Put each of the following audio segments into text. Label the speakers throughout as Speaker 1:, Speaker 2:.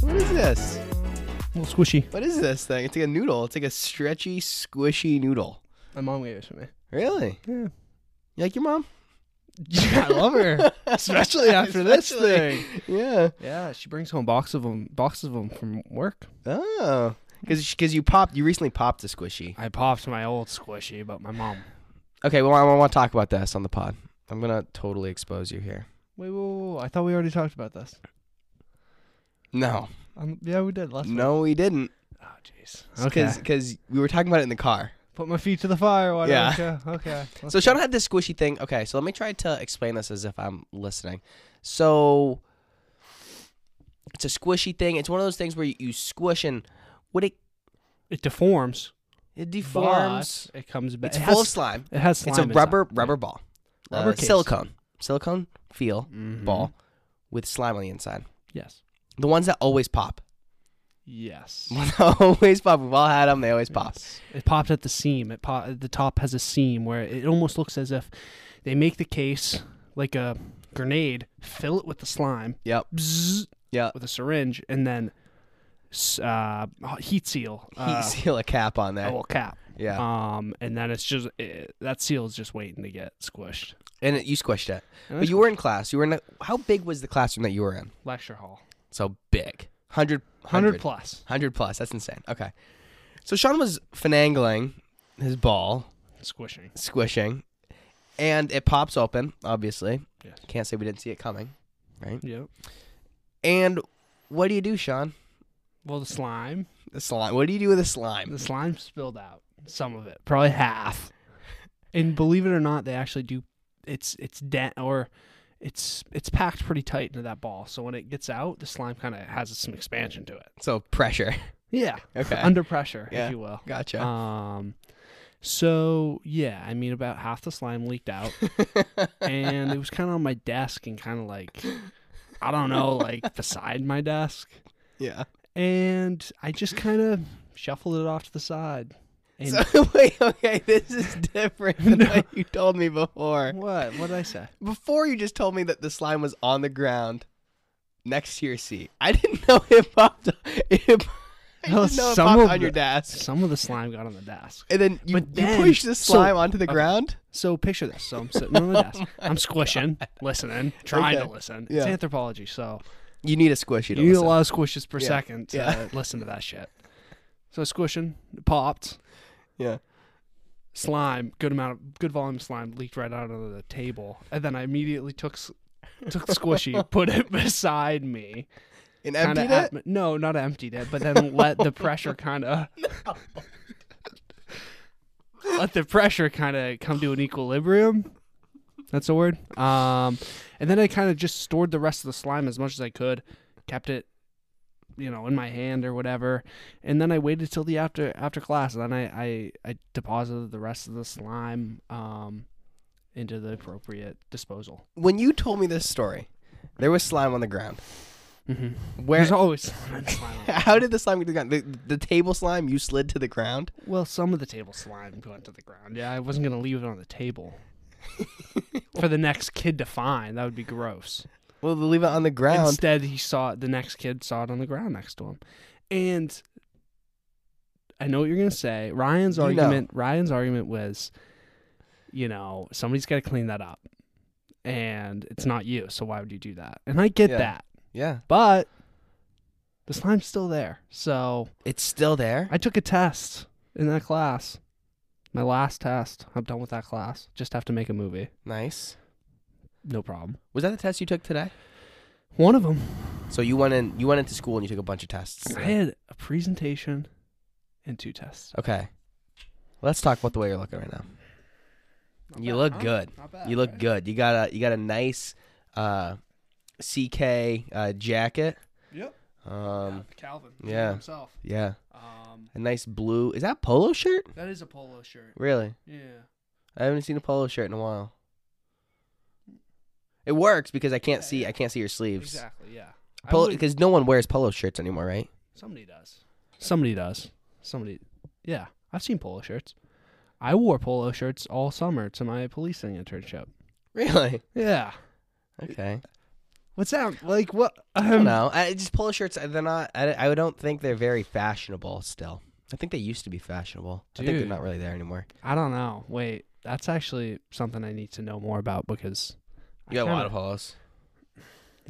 Speaker 1: this?
Speaker 2: A little squishy.
Speaker 1: What is this thing? It's like a noodle. It's like a stretchy, squishy noodle.
Speaker 2: My mom gave it to me.
Speaker 1: Really?
Speaker 2: Yeah.
Speaker 1: You like your mom?
Speaker 2: Yeah, I love her, especially after
Speaker 1: Especially.
Speaker 2: this thing.
Speaker 1: Yeah.
Speaker 2: Yeah, she brings home box of them, boxes of them from work.
Speaker 1: Oh. Because you popped, you recently popped a squishy.
Speaker 2: I popped my old squishy, but my mom.
Speaker 1: Okay, well, I want to talk about this on the pod. I'm going to totally expose you here.
Speaker 2: Wait, whoa, whoa, whoa! I thought we already talked about this.
Speaker 1: No.
Speaker 2: Um, yeah, we did last.
Speaker 1: No, we didn't.
Speaker 2: Oh, jeez. Okay.
Speaker 1: Because we were talking about it in the car.
Speaker 2: Put my feet to the fire. Why yeah.
Speaker 1: Yeah.
Speaker 2: Okay.
Speaker 1: So Sean had this squishy thing. Okay, so let me try to explain this as if I'm listening. So it's a squishy thing. It's one of those things where you, you squish and what it
Speaker 2: it deforms.
Speaker 1: it deforms.
Speaker 2: but It comes back.
Speaker 1: It's
Speaker 2: it
Speaker 1: full of
Speaker 2: has,
Speaker 1: slime.
Speaker 2: It has slime.
Speaker 1: It's a
Speaker 2: inside.
Speaker 1: rubber rubber ball.
Speaker 2: Rubber
Speaker 1: Uh,
Speaker 2: case.
Speaker 1: silicone. Silicone feel
Speaker 2: Mhm.
Speaker 1: ball with slime on the inside.
Speaker 2: Yes.
Speaker 1: The ones that always pop.
Speaker 2: Yes.
Speaker 1: The ones that always pop. We've all had them. They always pop.
Speaker 2: Yes. It popped at the seam. It pop. The top has a seam where it almost looks as if they make the case like a grenade, fill it with the slime,
Speaker 1: Yep.
Speaker 2: bzzz,
Speaker 1: Yep.
Speaker 2: with a syringe, and then s- uh, heat seal
Speaker 1: You
Speaker 2: uh,
Speaker 1: seal a cap on
Speaker 2: a
Speaker 1: there.
Speaker 2: little cap.
Speaker 1: yeah.
Speaker 2: Um, and then it's just it, that seal is just waiting to get squished.
Speaker 1: and it, you squished it.
Speaker 2: And
Speaker 1: But
Speaker 2: it's
Speaker 1: you were in class. You were in. A, how big was the classroom that you were in?
Speaker 2: lecture hall,
Speaker 1: So big. 100,
Speaker 2: 100
Speaker 1: 100,
Speaker 2: plus
Speaker 1: 100 plus. That's insane. Okay. So Sean was finangling his ball,
Speaker 2: squishing.
Speaker 1: squishing, and it pops open, obviously.
Speaker 2: Yes.
Speaker 1: Can't say we didn't see it coming.
Speaker 2: Yep.
Speaker 1: And what do you do, Sean?
Speaker 2: Well, the slime,
Speaker 1: The slime. What do you do with a slime?
Speaker 2: the slime spilled out some of it, probably half. And believe it or not, they actually do. It's it's dent or it's it's packed pretty tight into that ball. So when it gets out, the slime kind of has some expansion to it.
Speaker 1: So pressure.
Speaker 2: Yeah,
Speaker 1: Okay.
Speaker 2: under pressure,
Speaker 1: Yeah.
Speaker 2: if you will.
Speaker 1: Gotcha.
Speaker 2: Um, so yeah, I mean, about half the slime leaked out. Uh, and it was kind of on my desk and kind of like I don't know, like beside my desk.
Speaker 1: yeah.
Speaker 2: And I just kind of shuffled it off to the side. And
Speaker 1: So wait, okay, this is different than
Speaker 2: No.
Speaker 1: what you told me before.
Speaker 2: what? What did I say?
Speaker 1: Before you just told me that the slime was on the ground next to your seat. I didn't know it popped. It, I
Speaker 2: No,
Speaker 1: didn't know it
Speaker 2: some
Speaker 1: popped
Speaker 2: of
Speaker 1: on your
Speaker 2: the-
Speaker 1: desk.
Speaker 2: Some of the slime got on the desk.
Speaker 1: And then you,
Speaker 2: But then-
Speaker 1: you push the
Speaker 2: so- uh,
Speaker 1: slime onto the
Speaker 2: okay.
Speaker 1: ground.
Speaker 2: So picture this. So I'm sitting on the desk. I'm squishing, listening, trying
Speaker 1: Okay.
Speaker 2: to listen.
Speaker 1: Yeah.
Speaker 2: It's anthropology, so
Speaker 1: You need a squishy. To
Speaker 2: you need a
Speaker 1: listen.
Speaker 2: lot of squishes per
Speaker 1: Yeah.
Speaker 2: second to
Speaker 1: Yeah.
Speaker 2: listen to that shit. So squishing, it popped.
Speaker 1: Yeah.
Speaker 2: slime, good amount of good volume of slime leaked right out of the table, and then I immediately took s- took the squishy, put it beside me,
Speaker 1: And
Speaker 2: kinda
Speaker 1: emptied it.
Speaker 2: at- no, not emptied it, but then let the pressure kind of let the pressure kind of come to an equilibrium. That's a word. Um, and then I kind of just stored the rest of the slime as much as I could, kept it, you know, in my hand or whatever. And then I waited till the after after class, and then I I, I deposited the rest of the slime um, into the appropriate disposal.
Speaker 1: When you told me this story, there was slime on the ground.
Speaker 2: Mm-hmm.
Speaker 1: Where?
Speaker 2: There's always slime. slime.
Speaker 1: How did the slime get to the ground? The, the table slime you slid to the ground.
Speaker 2: Well, some of the table slime went to the ground. Yeah, I wasn't gonna leave it on the table for the next kid to find. That would be gross.
Speaker 1: Well, they leave it on the ground.
Speaker 2: Instead, he saw it. The next kid saw it on the ground next to him, and I know what you're gonna say. Ryan's
Speaker 1: You know.
Speaker 2: argument. Ryan's argument was, you know, somebody's got to clean that up, and it's not you. So why would you do that? And I get
Speaker 1: Yeah.
Speaker 2: that,
Speaker 1: yeah,
Speaker 2: but the slime's still there. So
Speaker 1: it's still there.
Speaker 2: I took a test in that class. My last test. I'm done with that class. Just have to make a movie.
Speaker 1: Nice.
Speaker 2: No problem.
Speaker 1: Was that the test you took today?
Speaker 2: One of them.
Speaker 1: So you went in. You went into school and you took a bunch of tests.
Speaker 2: I had a presentation and two tests.
Speaker 1: Okay. Let's talk about the way you're looking right now. You look
Speaker 2: Uh-huh.
Speaker 1: good.
Speaker 2: Not bad.
Speaker 1: You look good. You got a you got a nice uh, CK uh, jacket.
Speaker 2: Yep.
Speaker 1: Um,
Speaker 2: Calvin.
Speaker 1: yeah.
Speaker 2: Himself.
Speaker 1: yeah,
Speaker 2: Um,
Speaker 1: a nice blue. Is that polo shirt?
Speaker 2: that is a polo shirt.
Speaker 1: Really?
Speaker 2: Yeah.
Speaker 1: I haven't seen a polo shirt in a while. It works because I can't
Speaker 2: Yeah,
Speaker 1: see
Speaker 2: yeah.
Speaker 1: I can't see your sleeves.
Speaker 2: Exactly. Yeah. I
Speaker 1: Polo
Speaker 2: would-
Speaker 1: because no one wears polo shirts anymore, right?
Speaker 2: somebody does. Somebody does. Somebody. Yeah. I've seen polo shirts. I wore polo shirts all summer to my policing internship.
Speaker 1: Really?
Speaker 2: Yeah.
Speaker 1: Okay.
Speaker 2: What's that? Like what?
Speaker 1: I don't
Speaker 2: Um,
Speaker 1: know. I just polo shirts. They're not. I, I don't think they're very fashionable. Still, I think they used to be fashionable. I think they're
Speaker 2: Dude.
Speaker 1: not really there anymore.
Speaker 2: I don't know. Wait, that's actually something I need to know more about because I
Speaker 1: You got a lot
Speaker 2: kinda-
Speaker 1: of polos. You're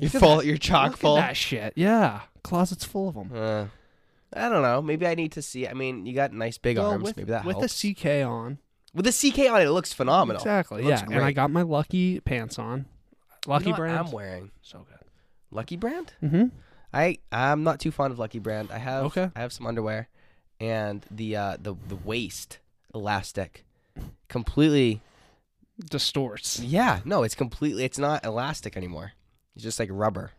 Speaker 2: Look at
Speaker 1: full. You're chock
Speaker 2: Look at
Speaker 1: full.
Speaker 2: that shit. Yeah, closet's full of them.
Speaker 1: Uh, I don't know. Maybe I need to see. I mean, you got nice big arms.
Speaker 2: with,
Speaker 1: Maybe that
Speaker 2: with
Speaker 1: helps.
Speaker 2: a CK on.
Speaker 1: with a CK on it, it looks phenomenal.
Speaker 2: Exactly.
Speaker 1: Looks
Speaker 2: Yeah, and I
Speaker 1: great.
Speaker 2: got my lucky pants on.
Speaker 1: You know
Speaker 2: Lucky
Speaker 1: what
Speaker 2: brand.
Speaker 1: I'm wearing
Speaker 2: so good.
Speaker 1: Lucky Brand.
Speaker 2: Mm-hmm.
Speaker 1: I I'm not too fond of Lucky Brand. I have
Speaker 2: Okay.
Speaker 1: I have some underwear, and the uh, the the waist elastic, completely
Speaker 2: Distorts.
Speaker 1: Yeah, no, it's completely. It's not elastic anymore. It's just like rubber,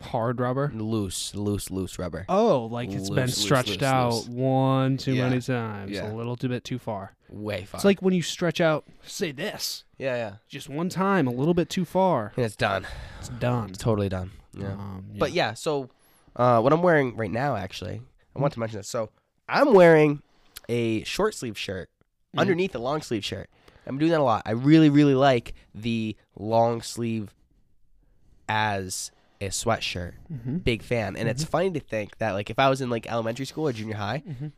Speaker 2: Hard rubber.
Speaker 1: loose, loose, loose rubber.
Speaker 2: Oh, like it's been
Speaker 1: Loose, loose,
Speaker 2: stretched
Speaker 1: loose,
Speaker 2: out
Speaker 1: loose.
Speaker 2: one too
Speaker 1: Yeah.
Speaker 2: many times.
Speaker 1: Yeah.
Speaker 2: A little too bit too far.
Speaker 1: Way far.
Speaker 2: It's like when you stretch out, say this,
Speaker 1: yeah, yeah,
Speaker 2: just one time, a little bit too far.
Speaker 1: and it's done.
Speaker 2: It's done.
Speaker 1: It's totally done. Yeah.
Speaker 2: Um,
Speaker 1: But yeah, so uh, what I'm wearing right now, actually, I want to mention this. So I'm wearing a short sleeve shirt
Speaker 2: Mhm.
Speaker 1: underneath a long sleeve shirt. I'm doing that a lot. I really, really like the long sleeve as a sweatshirt.
Speaker 2: Mhm.
Speaker 1: Big fan. And it's funny to think that like if I was in like elementary school or junior high,
Speaker 2: Mhm.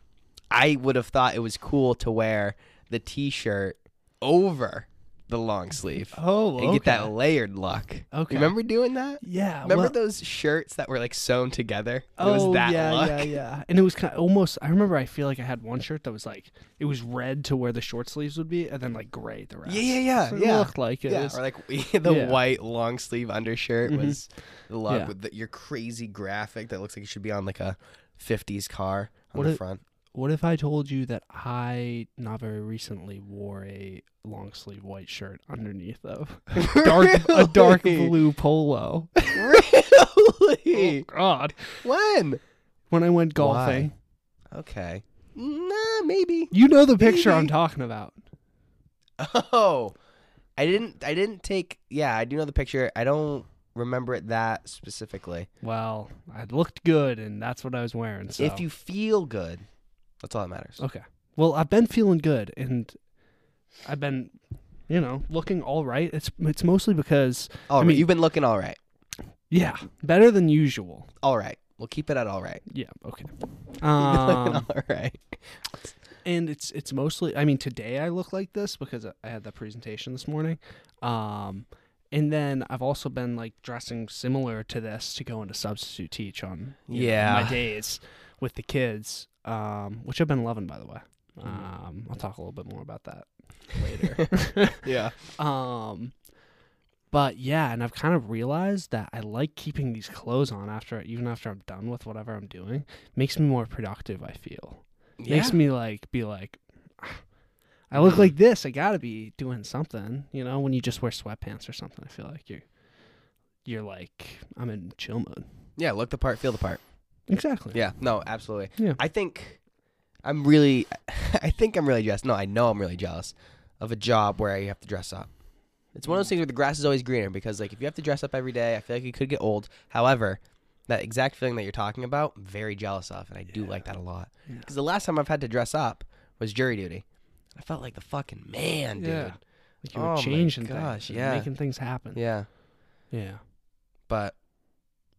Speaker 1: I would have thought it was cool to wear the t-shirt over the long sleeve
Speaker 2: Oh,
Speaker 1: and get that layered look.
Speaker 2: Okay.
Speaker 1: Remember doing that?
Speaker 2: Yeah.
Speaker 1: Remember
Speaker 2: well-
Speaker 1: those shirts that were like sewn together?
Speaker 2: Oh
Speaker 1: it was that
Speaker 2: yeah,
Speaker 1: look.
Speaker 2: yeah, yeah. And it was kind of almost. I remember. I feel like I had one shirt that was like it was red to where the short sleeves would be, and then like gray the rest.
Speaker 1: Yeah, yeah, yeah,
Speaker 2: So it
Speaker 1: yeah.
Speaker 2: looked like it.
Speaker 1: Yeah,
Speaker 2: was-
Speaker 1: or like the
Speaker 2: Yeah.
Speaker 1: white long sleeve undershirt
Speaker 2: Mhm.
Speaker 1: was the look
Speaker 2: Yeah.
Speaker 1: with the, your crazy graphic that looks like it should be on like a 50s car on
Speaker 2: What
Speaker 1: the
Speaker 2: it-
Speaker 1: front.
Speaker 2: What if I told you that I not very recently wore a long sleeve white shirt underneath of dark a dark
Speaker 1: Really?
Speaker 2: blue polo? Oh,
Speaker 1: Really?
Speaker 2: God,
Speaker 1: when?
Speaker 2: when I went golfing,
Speaker 1: Okay. Nah, maybe.
Speaker 2: you know the picture I'm
Speaker 1: Maybe.
Speaker 2: talking about.
Speaker 1: Oh, I didn't. I didn't take. Yeah, I do know the picture. I don't remember it that specifically.
Speaker 2: Well, I looked good, and that's what I was wearing. So
Speaker 1: If you feel good, that's all that matters.
Speaker 2: Okay. Well, I've been feeling good and I've been, you know, looking all right. It's it's mostly because
Speaker 1: All right,
Speaker 2: mean-
Speaker 1: you've been looking all right.
Speaker 2: yeah, better than usual.
Speaker 1: All right. We'll keep it at all right.
Speaker 2: Yeah, okay.
Speaker 1: You've been looking
Speaker 2: Um,
Speaker 1: all right.
Speaker 2: and it's it's mostly I mean today I look like this because I had that presentation this morning. Um and then I've also been like dressing similar to this to go into substitute teach on you know,
Speaker 1: Yeah.
Speaker 2: my days with the kids, um, which I've been loving by the way. Um, I'll talk a little bit more about that later.
Speaker 1: Yeah.
Speaker 2: Um, but yeah, and I've kind of realized that I like keeping these clothes on after, even after I'm done with whatever I'm doing. Makes me more productive. I feel makes me like be like, I look like this. I gotta be doing something. You know, when you just wear sweatpants or something, I feel like you're, you're like, I'm in chill mode.
Speaker 1: Yeah, look the part, feel the part.
Speaker 2: Exactly.
Speaker 1: Yeah, no, absolutely.
Speaker 2: Yeah.
Speaker 1: I think I'm really, I think I'm really jealous. No, I know I'm really jealous of a job where you have to dress up. It's one of those things where the grass is always greener because, like, if you have to dress up every day, I feel like you could get old. However, that exact feeling that you're talking about, I'm very jealous of, and I do like that a lot.
Speaker 2: Yeah.
Speaker 1: Because the last time I've had to dress up was jury duty. I felt like the fucking man, dude.
Speaker 2: Yeah.
Speaker 1: Yeah.
Speaker 2: Like
Speaker 1: Oh
Speaker 2: you were
Speaker 1: my
Speaker 2: changing
Speaker 1: gosh,
Speaker 2: things, and
Speaker 1: yeah.
Speaker 2: making things happen. yeah.
Speaker 1: But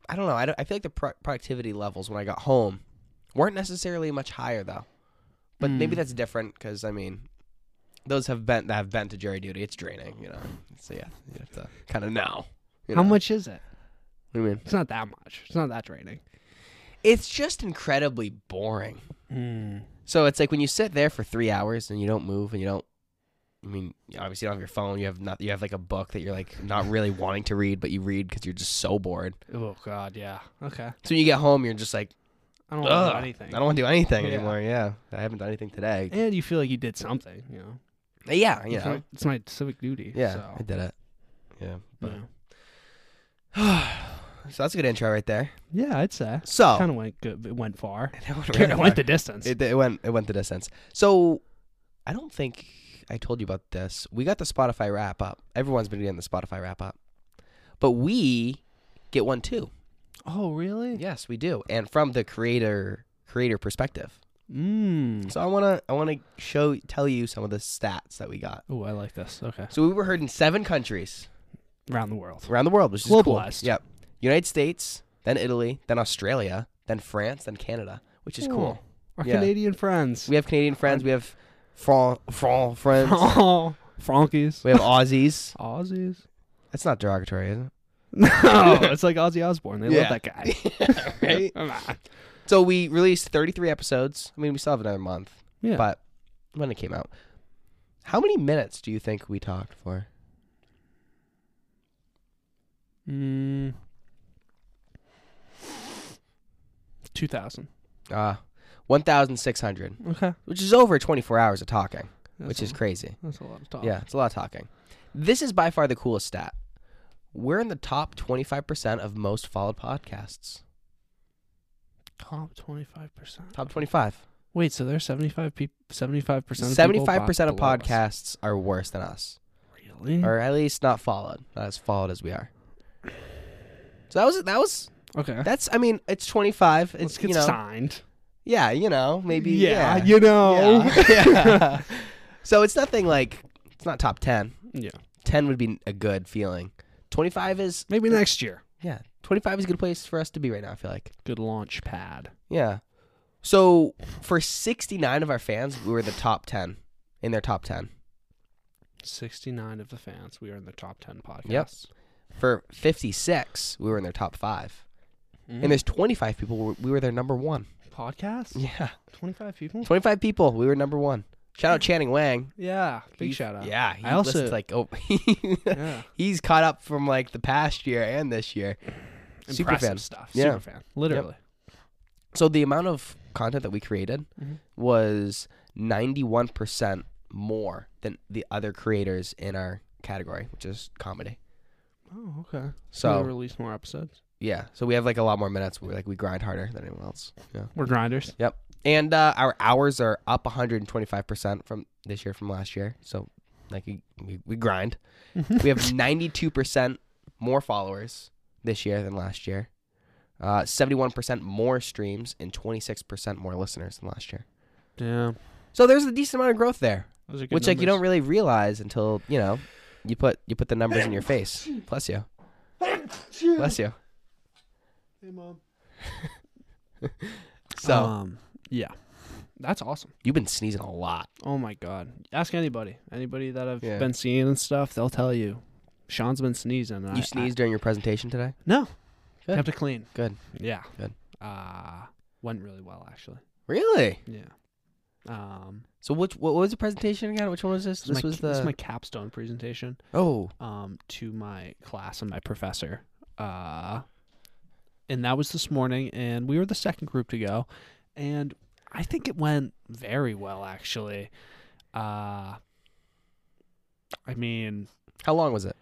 Speaker 1: I don't know. I, don't, I feel like the pro- productivity levels when I got home weren't necessarily much higher, though. But maybe
Speaker 2: Mm.
Speaker 1: that's different because I mean, those have been that have been to jury duty. It's draining, you know. So yeah, you have to kind of know. you
Speaker 2: How
Speaker 1: know.
Speaker 2: much is it?
Speaker 1: What do you mean?
Speaker 2: It's not that much. It's not that draining.
Speaker 1: It's just incredibly boring.
Speaker 2: Mm.
Speaker 1: So it's like when you sit there for three hours and you don't move and you don't. I mean, obviously you don't have your phone. You have not. You have like a book that you're like not really wanting to read, but you read because you're just so bored.
Speaker 2: Oh God, yeah. Okay.
Speaker 1: So when you get home, you're just like,
Speaker 2: I don't
Speaker 1: Ugh,
Speaker 2: know anything.
Speaker 1: I don't want to do anything
Speaker 2: Yeah.
Speaker 1: anymore. Yeah, I haven't done anything today.
Speaker 2: and you feel like you did something, you know.
Speaker 1: Uh, yeah, you
Speaker 2: it's,
Speaker 1: know.
Speaker 2: my, it's my civic duty.
Speaker 1: Yeah,
Speaker 2: so,
Speaker 1: I did it. Yeah.
Speaker 2: you
Speaker 1: But.
Speaker 2: know.
Speaker 1: So that's a good intro right there.
Speaker 2: Yeah, I'd say
Speaker 1: So
Speaker 2: kind of went good. It went far.
Speaker 1: That went
Speaker 2: It
Speaker 1: really far.
Speaker 2: went the distance.
Speaker 1: Oh. it, it went it went the distance. So I don't think I told you about this. We got the Spotify wrap up. Everyone's been getting the Spotify wrap up, but we get one too.
Speaker 2: oh, really?
Speaker 1: Yes, we do, and from the creator creator perspective.
Speaker 2: Mmm.
Speaker 1: So I wanna I wanna show tell you some of the stats that we got.
Speaker 2: Oh, I like this. Okay.
Speaker 1: So we were heard in seven countries
Speaker 2: Around the world.
Speaker 1: around the world, which is
Speaker 2: Globalized.
Speaker 1: cool. Yep. United States, then Italy, then Australia, then France, then Canada, which is cool.
Speaker 2: Our
Speaker 1: Yeah.
Speaker 2: Canadian friends.
Speaker 1: We have Canadian friends. We have Fran, Fran friends.
Speaker 2: Oh, Frankies.
Speaker 1: We have Aussies.
Speaker 2: Aussies.
Speaker 1: That's not derogatory, is it?
Speaker 2: No, it's like Ozzy Osbourne. They
Speaker 1: Yeah.
Speaker 2: love that guy.
Speaker 1: Right?
Speaker 2: Come on.
Speaker 1: So we released 33 episodes. I mean, we still have another month,
Speaker 2: Yeah.
Speaker 1: but when it came out, how many minutes do you think we talked for?
Speaker 2: Mm. 2000.
Speaker 1: Uh, 1,600,
Speaker 2: Okay.
Speaker 1: which is over 24 hours of talking,
Speaker 2: That's
Speaker 1: which
Speaker 2: a,
Speaker 1: is crazy.
Speaker 2: That's a lot of talk.
Speaker 1: Yeah, it's a lot of talking. This is by far the coolest stat. We're in the top 25% of most followed podcasts.
Speaker 2: Top 25%.
Speaker 1: Top 25.
Speaker 2: Wait, so there's 75 people 75% of
Speaker 1: 75% of podcasts are worse than us.
Speaker 2: Really?
Speaker 1: or at least not followed, not as followed as we are. So that was that was
Speaker 2: okay.
Speaker 1: that's I mean it's 25.
Speaker 2: Let's
Speaker 1: It's
Speaker 2: get
Speaker 1: you know
Speaker 2: signed.
Speaker 1: yeah you know maybe
Speaker 2: yeah,
Speaker 1: yeah
Speaker 2: you know.
Speaker 1: yeah. Yeah. so it's nothing like it's not top 10.
Speaker 2: Yeah.
Speaker 1: 10 would be a good feeling. 25 is
Speaker 2: Maybe next year.
Speaker 1: yeah 25 is a good place for us to be right now. I feel like
Speaker 2: Good launch pad.
Speaker 1: yeah. So for 69 of our fans, we were the top 10 in their top 10.
Speaker 2: 69 of the fans. We are in the top 10 podcasts.
Speaker 1: Yep. For 56, we were in their top five. And
Speaker 2: Mm.
Speaker 1: there's 25 people. we were- We were their number one.
Speaker 2: podcasts?
Speaker 1: Yeah.
Speaker 2: 25 people?
Speaker 1: 25 people. We were number one. Shout out Channing Wang.
Speaker 2: Yeah. Big
Speaker 1: He-
Speaker 2: shout out.
Speaker 1: Yeah. He
Speaker 2: I also-
Speaker 1: listens, like, oh,
Speaker 2: Yeah.
Speaker 1: he's caught up from like the past year and this year. Super
Speaker 2: Impressive
Speaker 1: fan.
Speaker 2: stuff.
Speaker 1: Yeah.
Speaker 2: Super fan. Literally.
Speaker 1: So the amount of content that we created
Speaker 2: Mhm.
Speaker 1: was 91% more than the other creators in our category, which is comedy.
Speaker 2: Oh, okay.
Speaker 1: So
Speaker 2: we release more episodes.
Speaker 1: yeah, so we have like a lot more minutes. We like we grind harder than anyone else. Yeah.
Speaker 2: We're grinders.
Speaker 1: And uh, our hours are up 125% from this year from last year. So, like, we, we, we grind. we have 92% more followers this year than last year, uh, 71% more streams, and 26% more listeners than last year.
Speaker 2: Yeah.
Speaker 1: So, there's a decent amount of growth there,
Speaker 2: Those are good
Speaker 1: which, like, you don't really realize until, you know, you put you put the numbers in your face. Bless you. Bless you.
Speaker 2: Hey, mom.
Speaker 1: So,
Speaker 2: um, yeah, that's awesome.
Speaker 1: you've been sneezing a lot.
Speaker 2: Oh my god. Ask anybody. Anybody that I've
Speaker 1: Yeah.
Speaker 2: been seeing and stuff, they'll tell you. Sean's been sneezing. and I-
Speaker 1: You sneezed during your presentation today?
Speaker 2: I, no.
Speaker 1: Good.
Speaker 2: Kept it clean.
Speaker 1: Good.
Speaker 2: Yeah.
Speaker 1: Good.
Speaker 2: Uh went really well actually.
Speaker 1: Really?
Speaker 2: Yeah. Um,
Speaker 1: So, which, what was the presentation again? Which one was this?
Speaker 2: this,
Speaker 1: This
Speaker 2: my,
Speaker 1: was
Speaker 2: this is
Speaker 1: the.
Speaker 2: my capstone presentation.
Speaker 1: Oh,
Speaker 2: um, to my class and my professor. Uh, and that was this morning, and we were the second group to go. And I think it went very well, actually. Uh, I mean,
Speaker 1: how long was it?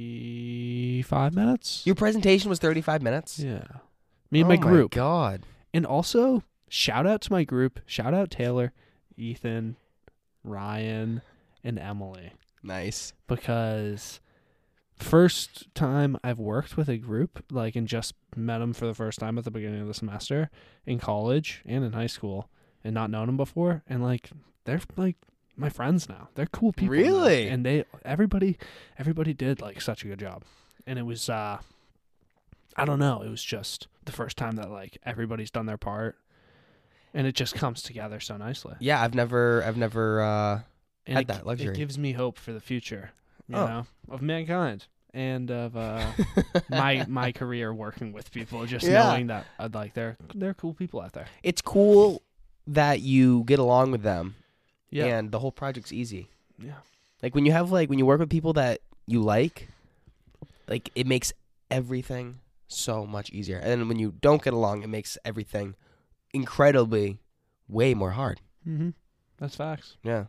Speaker 2: 35 minutes?
Speaker 1: Your presentation was 35 minutes?
Speaker 2: yeah. Me and
Speaker 1: oh
Speaker 2: my group.
Speaker 1: God.
Speaker 2: And also, shout out to my group. Shout out Taylor, Ethan, Ryan, and Emily.
Speaker 1: Nice.
Speaker 2: because first time I've worked with a group like and just met them for the first time at the beginning of the semester in college and in high school and not known them before and like they're like my friends now. They're cool people. now.
Speaker 1: Really?
Speaker 2: And they everybody everybody did like such a good job. And it was uh I don't know, it was just the first time that like everybody's done their part and it just comes together so nicely.
Speaker 1: Yeah, I've never, I've never, uh,
Speaker 2: and
Speaker 1: Had
Speaker 2: it,
Speaker 1: that luxury.
Speaker 2: It gives me hope for the future, you
Speaker 1: Oh.
Speaker 2: know, of mankind and of uh, my my career working with people. Just
Speaker 1: Yeah.
Speaker 2: knowing that uh, like they're they're cool people out there.
Speaker 1: it's cool that you get along with them
Speaker 2: Yeah,
Speaker 1: and the whole project's easy.
Speaker 2: yeah,
Speaker 1: Like when you have, like, when you work with people that you like, like, it makes everything so much easier. And then when you don't get along, it makes everything incredibly way more hard.
Speaker 2: mm-hmm. that's facts.
Speaker 1: Yeah.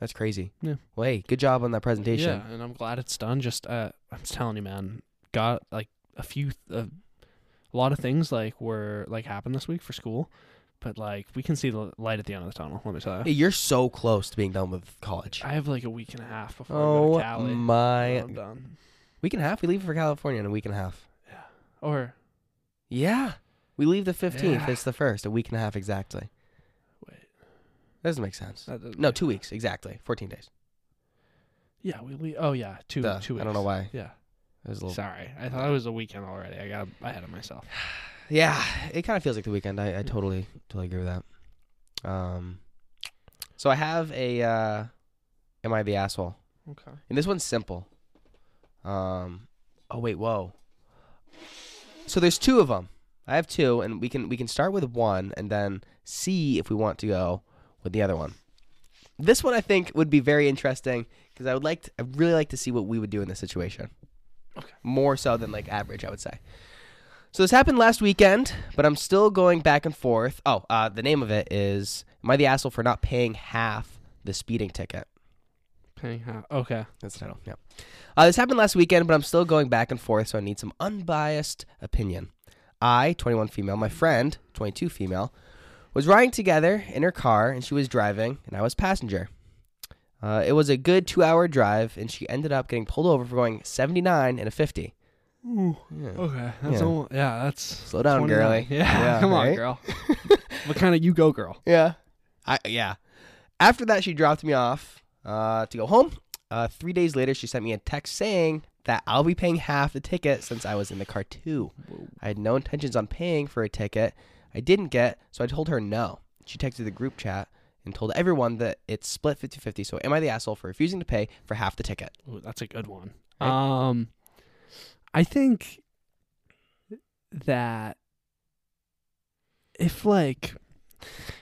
Speaker 1: That's crazy.
Speaker 2: Yeah.
Speaker 1: Well, hey, good job on that presentation.
Speaker 2: Yeah, and I'm glad it's done. Just uh, I'm just telling you, man, got like a few uh, a lot of things like were like happened this week for school. But like we can see the light at the end of the tunnel. Let me tell
Speaker 1: Hey,
Speaker 2: you,
Speaker 1: you're so close to being done with college.
Speaker 2: I have like a week and a half before I go
Speaker 1: Oh
Speaker 2: to Cali.
Speaker 1: my
Speaker 2: I'm done.
Speaker 1: Week and a half. We leave for California in a week and a half.
Speaker 2: Or
Speaker 1: Yeah. We leave the 15th.
Speaker 2: Yeah.
Speaker 1: It's the first, a week and a half exactly.
Speaker 2: wait,
Speaker 1: That doesn't make sense.
Speaker 2: that doesn't
Speaker 1: No,
Speaker 2: make
Speaker 1: two weeks exactly. 14 days.
Speaker 2: Yeah, we leave. Oh yeah, two
Speaker 1: Duh,
Speaker 2: two. Weeks.
Speaker 1: I don't know why.
Speaker 2: Yeah,
Speaker 1: It was a little,
Speaker 2: Sorry, I thought it was a weekend already. I got ahead of myself.
Speaker 1: yeah, it kind of feels like the weekend.
Speaker 2: Mm-hmm.
Speaker 1: I, I totally totally agree with that. Um, so I have a uh, am I the asshole?
Speaker 2: Okay.
Speaker 1: And this one's simple. Um, oh wait, whoa. So there's two of them. I have two, and we can we can start with one, and then see if we want to go with the other one. This one I think would be very interesting because I would like to, I really like to see what we would do in this situation.
Speaker 2: Okay.
Speaker 1: More so than like average, I would say. So this happened last weekend, but I'm still going back and forth. Oh, uh, the name of it is "Am I the asshole for not paying half the speeding ticket?"
Speaker 2: Paying half. Okay.
Speaker 1: That's the title. Yep. Uh, this happened last weekend, but I'm still going back and forth, so I need some unbiased opinion. I, 21 female, my friend, 22 female, was riding together in her car, and she was driving, and I was passenger. Uh, it was a good two-hour drive, and she ended up getting pulled over for going 79 and a 50. Yeah.
Speaker 2: Okay.
Speaker 1: Yeah.
Speaker 2: That's yeah. yeah. That's
Speaker 1: Slow down,
Speaker 2: 29.
Speaker 1: girly.
Speaker 2: Yeah.
Speaker 1: Yeah,
Speaker 2: Come
Speaker 1: right?
Speaker 2: on, girl. what kind of you go, girl?
Speaker 1: Yeah. I yeah. After that, she dropped me off uh, to go home. Uh, three days later, she sent me a text saying that I'll be paying half the ticket since I was in the car too. I had no intentions on paying for a ticket I didn't get, so I told her no. She texted the group chat and told everyone that it's split 50 50, so am I the asshole for refusing to pay for half the ticket?
Speaker 2: Ooh, that's a good one.
Speaker 1: Right?
Speaker 2: Um, I think that if like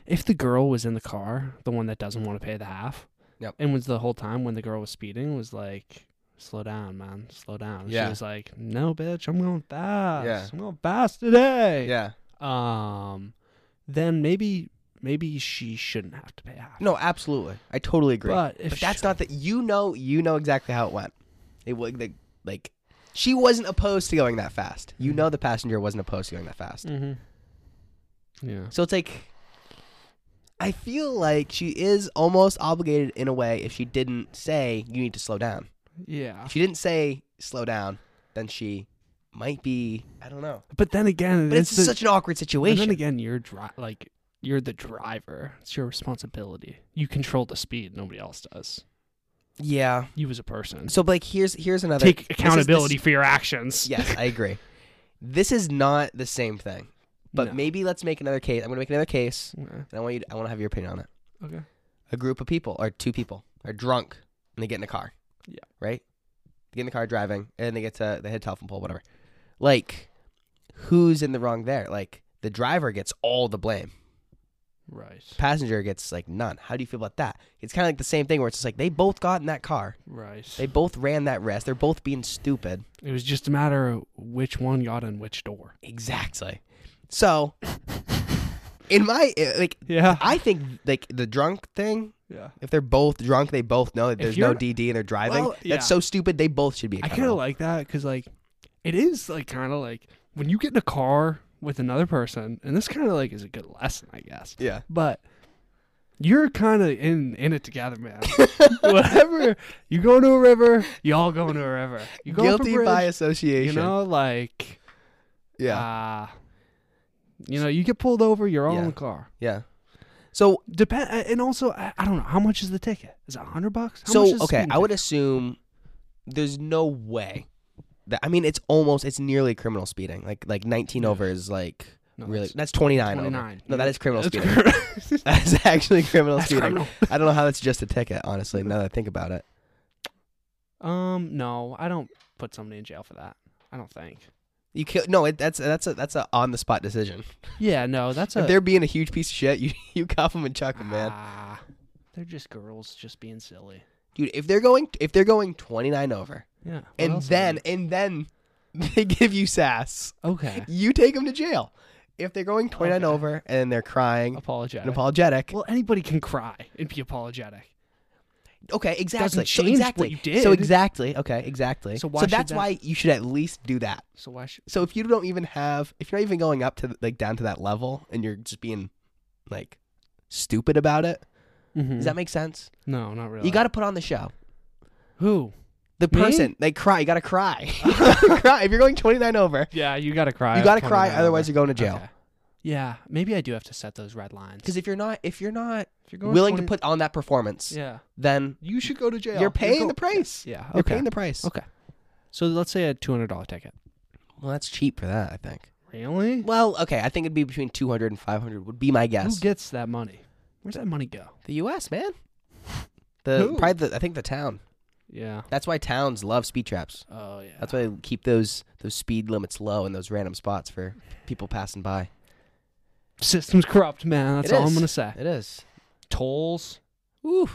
Speaker 2: if the girl was in the car, the one that doesn't want to pay the half,
Speaker 1: Yep.
Speaker 2: and was the whole time when the girl was speeding was like, "Slow down, man, slow down."
Speaker 1: Yeah.
Speaker 2: She was like, "No, bitch, I'm going fast.
Speaker 1: Yeah.
Speaker 2: I'm going fast today."
Speaker 1: Yeah.
Speaker 2: Um, then maybe maybe she shouldn't have to pay half.
Speaker 1: No, absolutely. I totally agree.
Speaker 2: but if
Speaker 1: But
Speaker 2: she-
Speaker 1: that's not that you know you know exactly how it went. It wa- the, like she wasn't opposed to going that fast. You know the passenger wasn't opposed to going that fast.
Speaker 2: Mm-hmm. Yeah.
Speaker 1: So it's like I feel like she is almost obligated in a way if she didn't say you need to slow down.
Speaker 2: Yeah.
Speaker 1: If she didn't say slow down, then she might be I don't know.
Speaker 2: But then again,
Speaker 1: But it's,
Speaker 2: the-
Speaker 1: such an awkward
Speaker 2: and
Speaker 1: situation.
Speaker 2: then again, you're dri- like you're the driver. It's your responsibility. You control the speed. Nobody else does.
Speaker 1: yeah.
Speaker 2: You as a person.
Speaker 1: So like here's here's another
Speaker 2: Take
Speaker 1: this is- this-
Speaker 2: accountability for your actions.
Speaker 1: yes, I agree. This is not the same thing. But
Speaker 2: No.
Speaker 1: maybe let's make another case. I'm gonna make another case,
Speaker 2: Okay.
Speaker 1: and I want you. To, I want to have your opinion on it.
Speaker 2: Okay.
Speaker 1: A group of people, or two people, are drunk and they get in a car.
Speaker 2: Yeah.
Speaker 1: Right. They get in the car driving, and they get to they hit a telephone pole, whatever. Like, who's in the wrong there? Like, the driver gets all the blame.
Speaker 2: Right.
Speaker 1: Passenger gets like none. How do you feel about that? It's kind of like the same thing where it's just like they both got in that car.
Speaker 2: Right.
Speaker 1: They both ran that risk. They're both being stupid.
Speaker 2: it was just a matter of which one got in which door.
Speaker 1: Exactly. So, in my eh, like,
Speaker 2: Yeah.
Speaker 1: I think like the drunk thing
Speaker 2: Yeah.
Speaker 1: If they're both drunk, they both know that
Speaker 2: If
Speaker 1: there's no
Speaker 2: you're-
Speaker 1: DD and they're driving.
Speaker 2: Well, yeah.
Speaker 1: That's so stupid. They both should be.
Speaker 2: I kind of
Speaker 1: Accountable.
Speaker 2: like that because like it is like kind of like when you get in a car with another person, and this kind of like is a good lesson, I guess.
Speaker 1: yeah.
Speaker 2: but you're kind of in in it together, man. Whatever you go to a river, you all go to a river. You go up a
Speaker 1: Guilty
Speaker 2: bridge,
Speaker 1: by association.
Speaker 2: you know, like
Speaker 1: Yeah.
Speaker 2: uh, you know, you get pulled over, you're all in
Speaker 1: Yeah.
Speaker 2: the car.
Speaker 1: yeah. So
Speaker 2: Depend, and also I, I don't know how much is the ticket. Is it hundred bucks? How much
Speaker 1: so
Speaker 2: is the
Speaker 1: okay.
Speaker 2: speeding
Speaker 1: I would assume there's no way that I mean it's almost it's nearly criminal speeding. Like like 19 over is like
Speaker 2: No,
Speaker 1: really
Speaker 2: that's-
Speaker 1: that's, 29. over.
Speaker 2: 29.
Speaker 1: No, that is criminal
Speaker 2: ticket?
Speaker 1: speeding. that's actually criminal
Speaker 2: That's
Speaker 1: speeding.
Speaker 2: criminal.
Speaker 1: I don't know how that's just a ticket. Honestly, now that I think about it.
Speaker 2: Um, no, I don't put somebody in jail for that. I don't think.
Speaker 1: You kill no. It, that's that's a that's a on the spot decision.
Speaker 2: Yeah, no, that's a
Speaker 1: if they're being a huge piece of shit, you you cuff them and chuck them, man.
Speaker 2: Ah, they're just girls, just being silly.
Speaker 1: dude if they're going if they're going 29 over
Speaker 2: Yeah. what
Speaker 1: and
Speaker 2: else is
Speaker 1: then and then they give you sass
Speaker 2: there? okay,
Speaker 1: you take them to jail if they're going 29
Speaker 2: Okay.
Speaker 1: over and they're crying
Speaker 2: apologetic.
Speaker 1: and apologetic
Speaker 2: Well, anybody can cry and be apologetic.
Speaker 1: okay exactly so
Speaker 2: change what
Speaker 1: exactly
Speaker 2: you did.
Speaker 1: so exactly okay exactly
Speaker 2: So why
Speaker 1: so
Speaker 2: should
Speaker 1: that's
Speaker 2: that-
Speaker 1: why you should at least do that
Speaker 2: So why should?
Speaker 1: so if you don't even have if you're not even going up to like down to that level and you're just being like stupid about it does Mm-hmm. that make sense
Speaker 2: no, not Mm-hmm. really.
Speaker 1: you got to put on the show
Speaker 2: who?
Speaker 1: the
Speaker 2: Me?
Speaker 1: person they cry you got to cry You gotta cry if you're going 29 over
Speaker 2: Yeah, you gotta cry.
Speaker 1: You gotta cry, otherwise you're going to jail.
Speaker 2: Yeah, maybe I do have to set those red lines.
Speaker 1: Because if you're not, if you're not
Speaker 2: if you're
Speaker 1: willing to put on that performance,
Speaker 2: yeah,
Speaker 1: then
Speaker 2: you should go to jail.
Speaker 1: you're paying
Speaker 2: go-
Speaker 1: the price.
Speaker 2: Yeah,
Speaker 1: You're
Speaker 2: okay.
Speaker 1: paying the price.
Speaker 2: Okay. So let's say a two hundred dollar ticket.
Speaker 1: Well, that's cheap for that, I think.
Speaker 2: Really?
Speaker 1: Well, okay, I think it'd be between 200 and 500 would be my guess.
Speaker 2: Who gets that money? Where's that money go?
Speaker 1: the U.S. man, the
Speaker 2: Who?
Speaker 1: probably the, I think the town.
Speaker 2: Yeah.
Speaker 1: That's why towns love speed traps.
Speaker 2: Oh yeah.
Speaker 1: That's why they keep those those speed limits low in those random spots for people passing by.
Speaker 2: Systems corrupt, man. That's
Speaker 1: It
Speaker 2: all
Speaker 1: is.
Speaker 2: I'm gonna say.
Speaker 1: It is.
Speaker 2: Tolls.
Speaker 1: Ooh.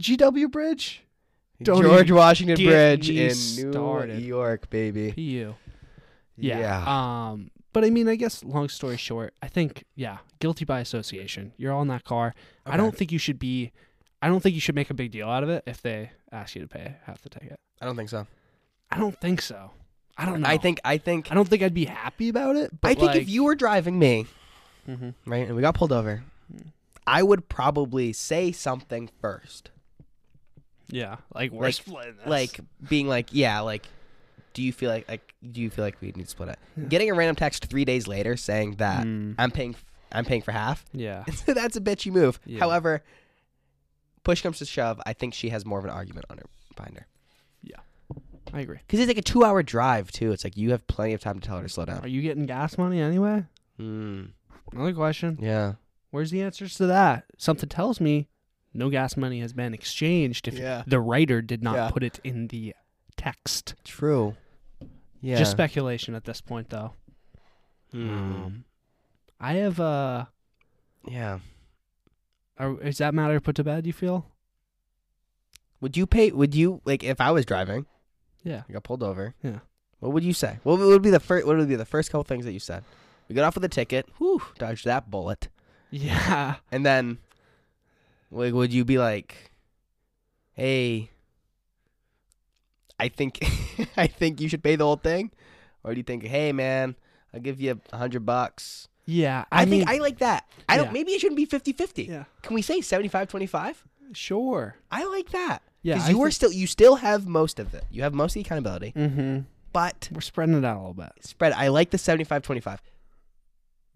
Speaker 2: GW Bridge. Don't
Speaker 1: George
Speaker 2: even
Speaker 1: Washington
Speaker 2: get
Speaker 1: Bridge
Speaker 2: me
Speaker 1: in
Speaker 2: started.
Speaker 1: New York, baby.
Speaker 2: PU. Yeah. Um. But I mean, I guess long story short, I think yeah, guilty by association. You're all in that car. I
Speaker 1: Okay.
Speaker 2: don't think you should be. I don't think you should make a big deal out of it if they ask you to pay half the ticket.
Speaker 1: I don't think so.
Speaker 2: I don't think so. I don't know.
Speaker 1: I think I think
Speaker 2: I don't think I'd be happy about it. But mm-hmm.
Speaker 1: I think if you were driving me, right, and we got pulled over, I would probably say something first.
Speaker 2: yeah, like we're
Speaker 1: Like-
Speaker 2: splitting this.
Speaker 1: like being like, yeah, like, do you feel like like do you feel like we need to split it? Getting a random text three days later saying that
Speaker 2: Mm.
Speaker 1: I'm paying I'm paying for half.
Speaker 2: yeah,
Speaker 1: that's a bitchy move.
Speaker 2: Yeah.
Speaker 1: However, push comes to shove, I think she has more of an argument on her behind her
Speaker 2: I agree.
Speaker 1: because it's like a two hour drive too. It's like you have plenty of time to tell her to slow down.
Speaker 2: Are you getting gas money anyway?
Speaker 1: Mm,
Speaker 2: Another question.
Speaker 1: yeah.
Speaker 2: Where's the answers to that? Something tells me no gas money has been exchanged if
Speaker 1: Yeah.
Speaker 2: the writer did not
Speaker 1: Yeah.
Speaker 2: put it in the text.
Speaker 1: True. Yeah.
Speaker 2: Just speculation at this point, though.
Speaker 1: Hmm.
Speaker 2: Um, I have uh,
Speaker 1: yeah.
Speaker 2: are, is that matter put to bed? You feel?
Speaker 1: Would you pay? Would you like if I was driving?
Speaker 2: Yeah.
Speaker 1: I got pulled over.
Speaker 2: Yeah.
Speaker 1: What would you say? What would be the first? What would be the first couple things that you said? We got off with a ticket. Whew, dodged that bullet.
Speaker 2: Yeah.
Speaker 1: And then, like, would you be like, "Hey, I think, I think you should pay the whole thing," or do you think, "Hey, man, I'll give you a hundred bucks"?
Speaker 2: Yeah.
Speaker 1: I,
Speaker 2: I,
Speaker 1: think
Speaker 2: mean,
Speaker 1: I like that. I don't.
Speaker 2: Yeah.
Speaker 1: Maybe it shouldn't be 50-50.
Speaker 2: Yeah.
Speaker 1: Can we say 75-25?
Speaker 2: Sure.
Speaker 1: I like that.
Speaker 2: Yeah.
Speaker 1: Because you are still you still have most of it. You have most of the accountability,
Speaker 2: hmm
Speaker 1: but
Speaker 2: We're spreading it out a little bit.
Speaker 1: spread. I like the 75-25.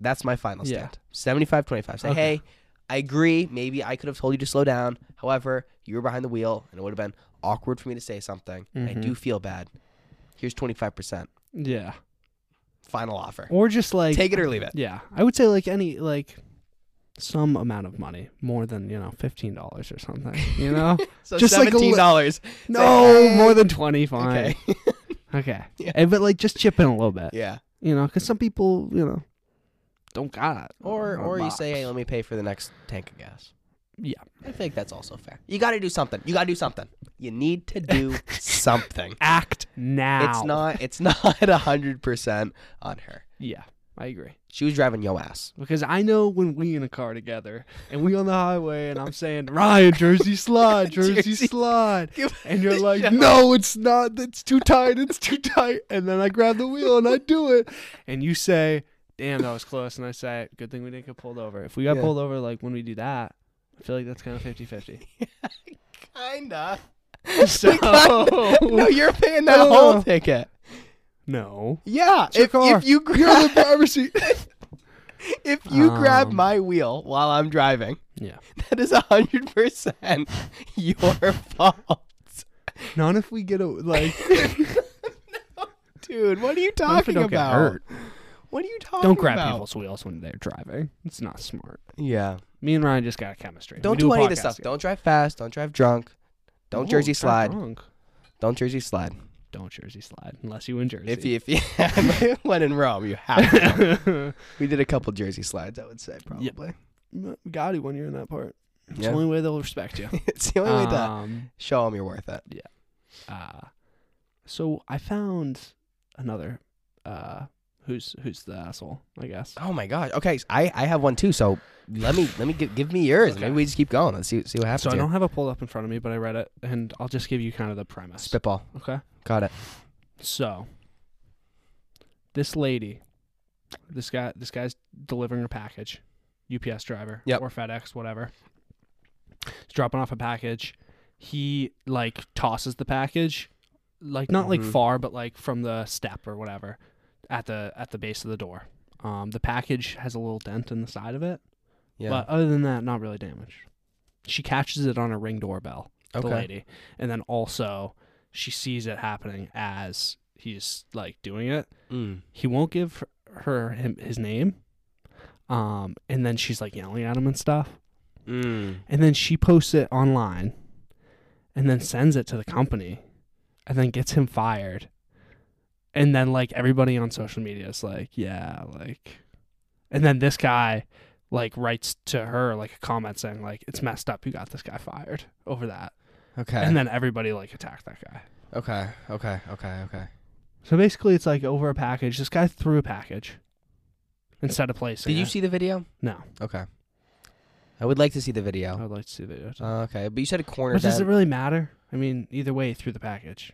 Speaker 1: That's my final
Speaker 2: Yeah.
Speaker 1: stand. 75-25. Say,
Speaker 2: Okay.
Speaker 1: hey, I agree. Maybe I could have told you to slow down. However, you were behind the wheel, and it would have been awkward for me to say something. and I
Speaker 2: Mhm.
Speaker 1: do feel bad. Here's twenty five percent.
Speaker 2: Yeah.
Speaker 1: Final offer.
Speaker 2: Or just like
Speaker 1: Take it or leave it.
Speaker 2: Yeah, I would say like any like some amount of money, more than you know, fifteen dollars or something. You know,
Speaker 1: So
Speaker 2: Just like a li-
Speaker 1: seventeen dollars.
Speaker 2: no
Speaker 1: Say,
Speaker 2: more than twenty. Fine.
Speaker 1: Okay.
Speaker 2: Okay.
Speaker 1: Yeah.
Speaker 2: And- but like just chip in a little bit.
Speaker 1: yeah.
Speaker 2: You know, because some people you know don't got it.
Speaker 1: Or
Speaker 2: a
Speaker 1: or you
Speaker 2: box.
Speaker 1: say, hey, let me pay for the next tank of gas.
Speaker 2: yeah,
Speaker 1: I think that's also fair. You got to do something. You got to do something. You need to do something.
Speaker 2: act now.
Speaker 1: It's not. It's not a hundred percent on her.
Speaker 2: Yeah, I agree.
Speaker 1: She was driving yo ass.
Speaker 2: Because I know when we in a car together and we on the highway and I'm saying Ryan Jersey slide, Jersey,
Speaker 1: Jersey-
Speaker 2: slide,
Speaker 1: Give
Speaker 2: and you're like, no, it's not. It's too tight. It's too tight. And then I grab the wheel and I do it. And you say, damn, that was close. And I say, good thing we didn't get pulled over. If we got
Speaker 1: Yeah.
Speaker 2: pulled over, like when we do that, I feel like that's kind of 50 50.
Speaker 1: Kinda.
Speaker 2: So,
Speaker 1: No, you're paying that
Speaker 2: No.
Speaker 1: whole ticket.
Speaker 2: no.
Speaker 1: Yeah.
Speaker 2: Oh. your
Speaker 1: If,
Speaker 2: car.
Speaker 1: if you
Speaker 2: You're in the
Speaker 1: grab,
Speaker 2: driver's seat.
Speaker 1: if you grab
Speaker 2: Um.
Speaker 1: my wheel while I'm driving,
Speaker 2: Yeah.
Speaker 1: that is a hundred percent your fault,
Speaker 2: Not if we get a, like,
Speaker 1: dude. What are you
Speaker 2: not if
Speaker 1: talking
Speaker 2: we don't get
Speaker 1: about?
Speaker 2: hurt.
Speaker 1: What are you talking about?
Speaker 2: Don't grab people's wheels when they're driving. It's not smart.
Speaker 1: Yeah.
Speaker 2: Me and Ryan just got a chemistry.
Speaker 1: Don't
Speaker 2: We
Speaker 1: do,
Speaker 2: a
Speaker 1: any of this
Speaker 2: podcast
Speaker 1: stuff.
Speaker 2: together.
Speaker 1: Don't drive fast. Don't drive drunk. Don't
Speaker 2: No,
Speaker 1: jersey
Speaker 2: drive
Speaker 1: slide.
Speaker 2: drunk.
Speaker 1: Don't jersey slide.
Speaker 2: Don't jersey slide unless you in Jersey.
Speaker 1: If you if you when in Rome, you have. To. we did a couple jersey slides, I would say probably.
Speaker 2: Gotti when you're in that part. It's
Speaker 1: Yeah.
Speaker 2: the only way they'll respect you.
Speaker 1: it's the only way to
Speaker 2: Um,
Speaker 1: show them you're worth it.
Speaker 2: uh, so I found another. Uh, who's who's the asshole? I guess.
Speaker 1: Oh my gosh. Okay, so I, I have one too. So let me let me give, give me yours.
Speaker 2: Okay.
Speaker 1: Maybe we just keep going. Let's see see what happens.
Speaker 2: So I
Speaker 1: here.
Speaker 2: don't have it pulled up in front of me, but I read it, and I'll just give you kind of the premise.
Speaker 1: spitball.
Speaker 2: Okay.
Speaker 1: Got it.
Speaker 2: So this lady, this guy, this guy's delivering a package, UPS driver
Speaker 1: Yep.
Speaker 2: or FedEx, whatever. He's dropping off a package. He like tosses the package, like not like
Speaker 1: Mhm.
Speaker 2: far, but like from the step or whatever, at the at the base of the door. Um, the package has a little dent in the side of it,
Speaker 1: Yeah.
Speaker 2: but other than that, not really damaged. She catches it on a ring doorbell the lady. And then also she sees it happening as he's like doing it.
Speaker 1: Mm.
Speaker 2: He won't give her him, his name. Um, and then she's like yelling at him and stuff.
Speaker 1: Mm.
Speaker 2: And then she posts it online and then sends it to the company and then gets him fired. And then like everybody on social media is like, yeah, like and then this guy like writes to her like a comment saying like it's messed up you got this guy fired over that.
Speaker 1: Okay.
Speaker 2: And then everybody like attacked that guy.
Speaker 1: okay. Okay. Okay. Okay.
Speaker 2: So basically it's like over a package. This guy threw a package instead of placing
Speaker 1: Did you
Speaker 2: it.
Speaker 1: see the video?
Speaker 2: No.
Speaker 1: Okay. I would like to see the
Speaker 2: I
Speaker 1: video.
Speaker 2: would like to see the video.
Speaker 1: Uh, okay, but you said it cornered
Speaker 2: Oh. But does
Speaker 1: Oh. that.
Speaker 2: it really matter? I mean, either way, through the package.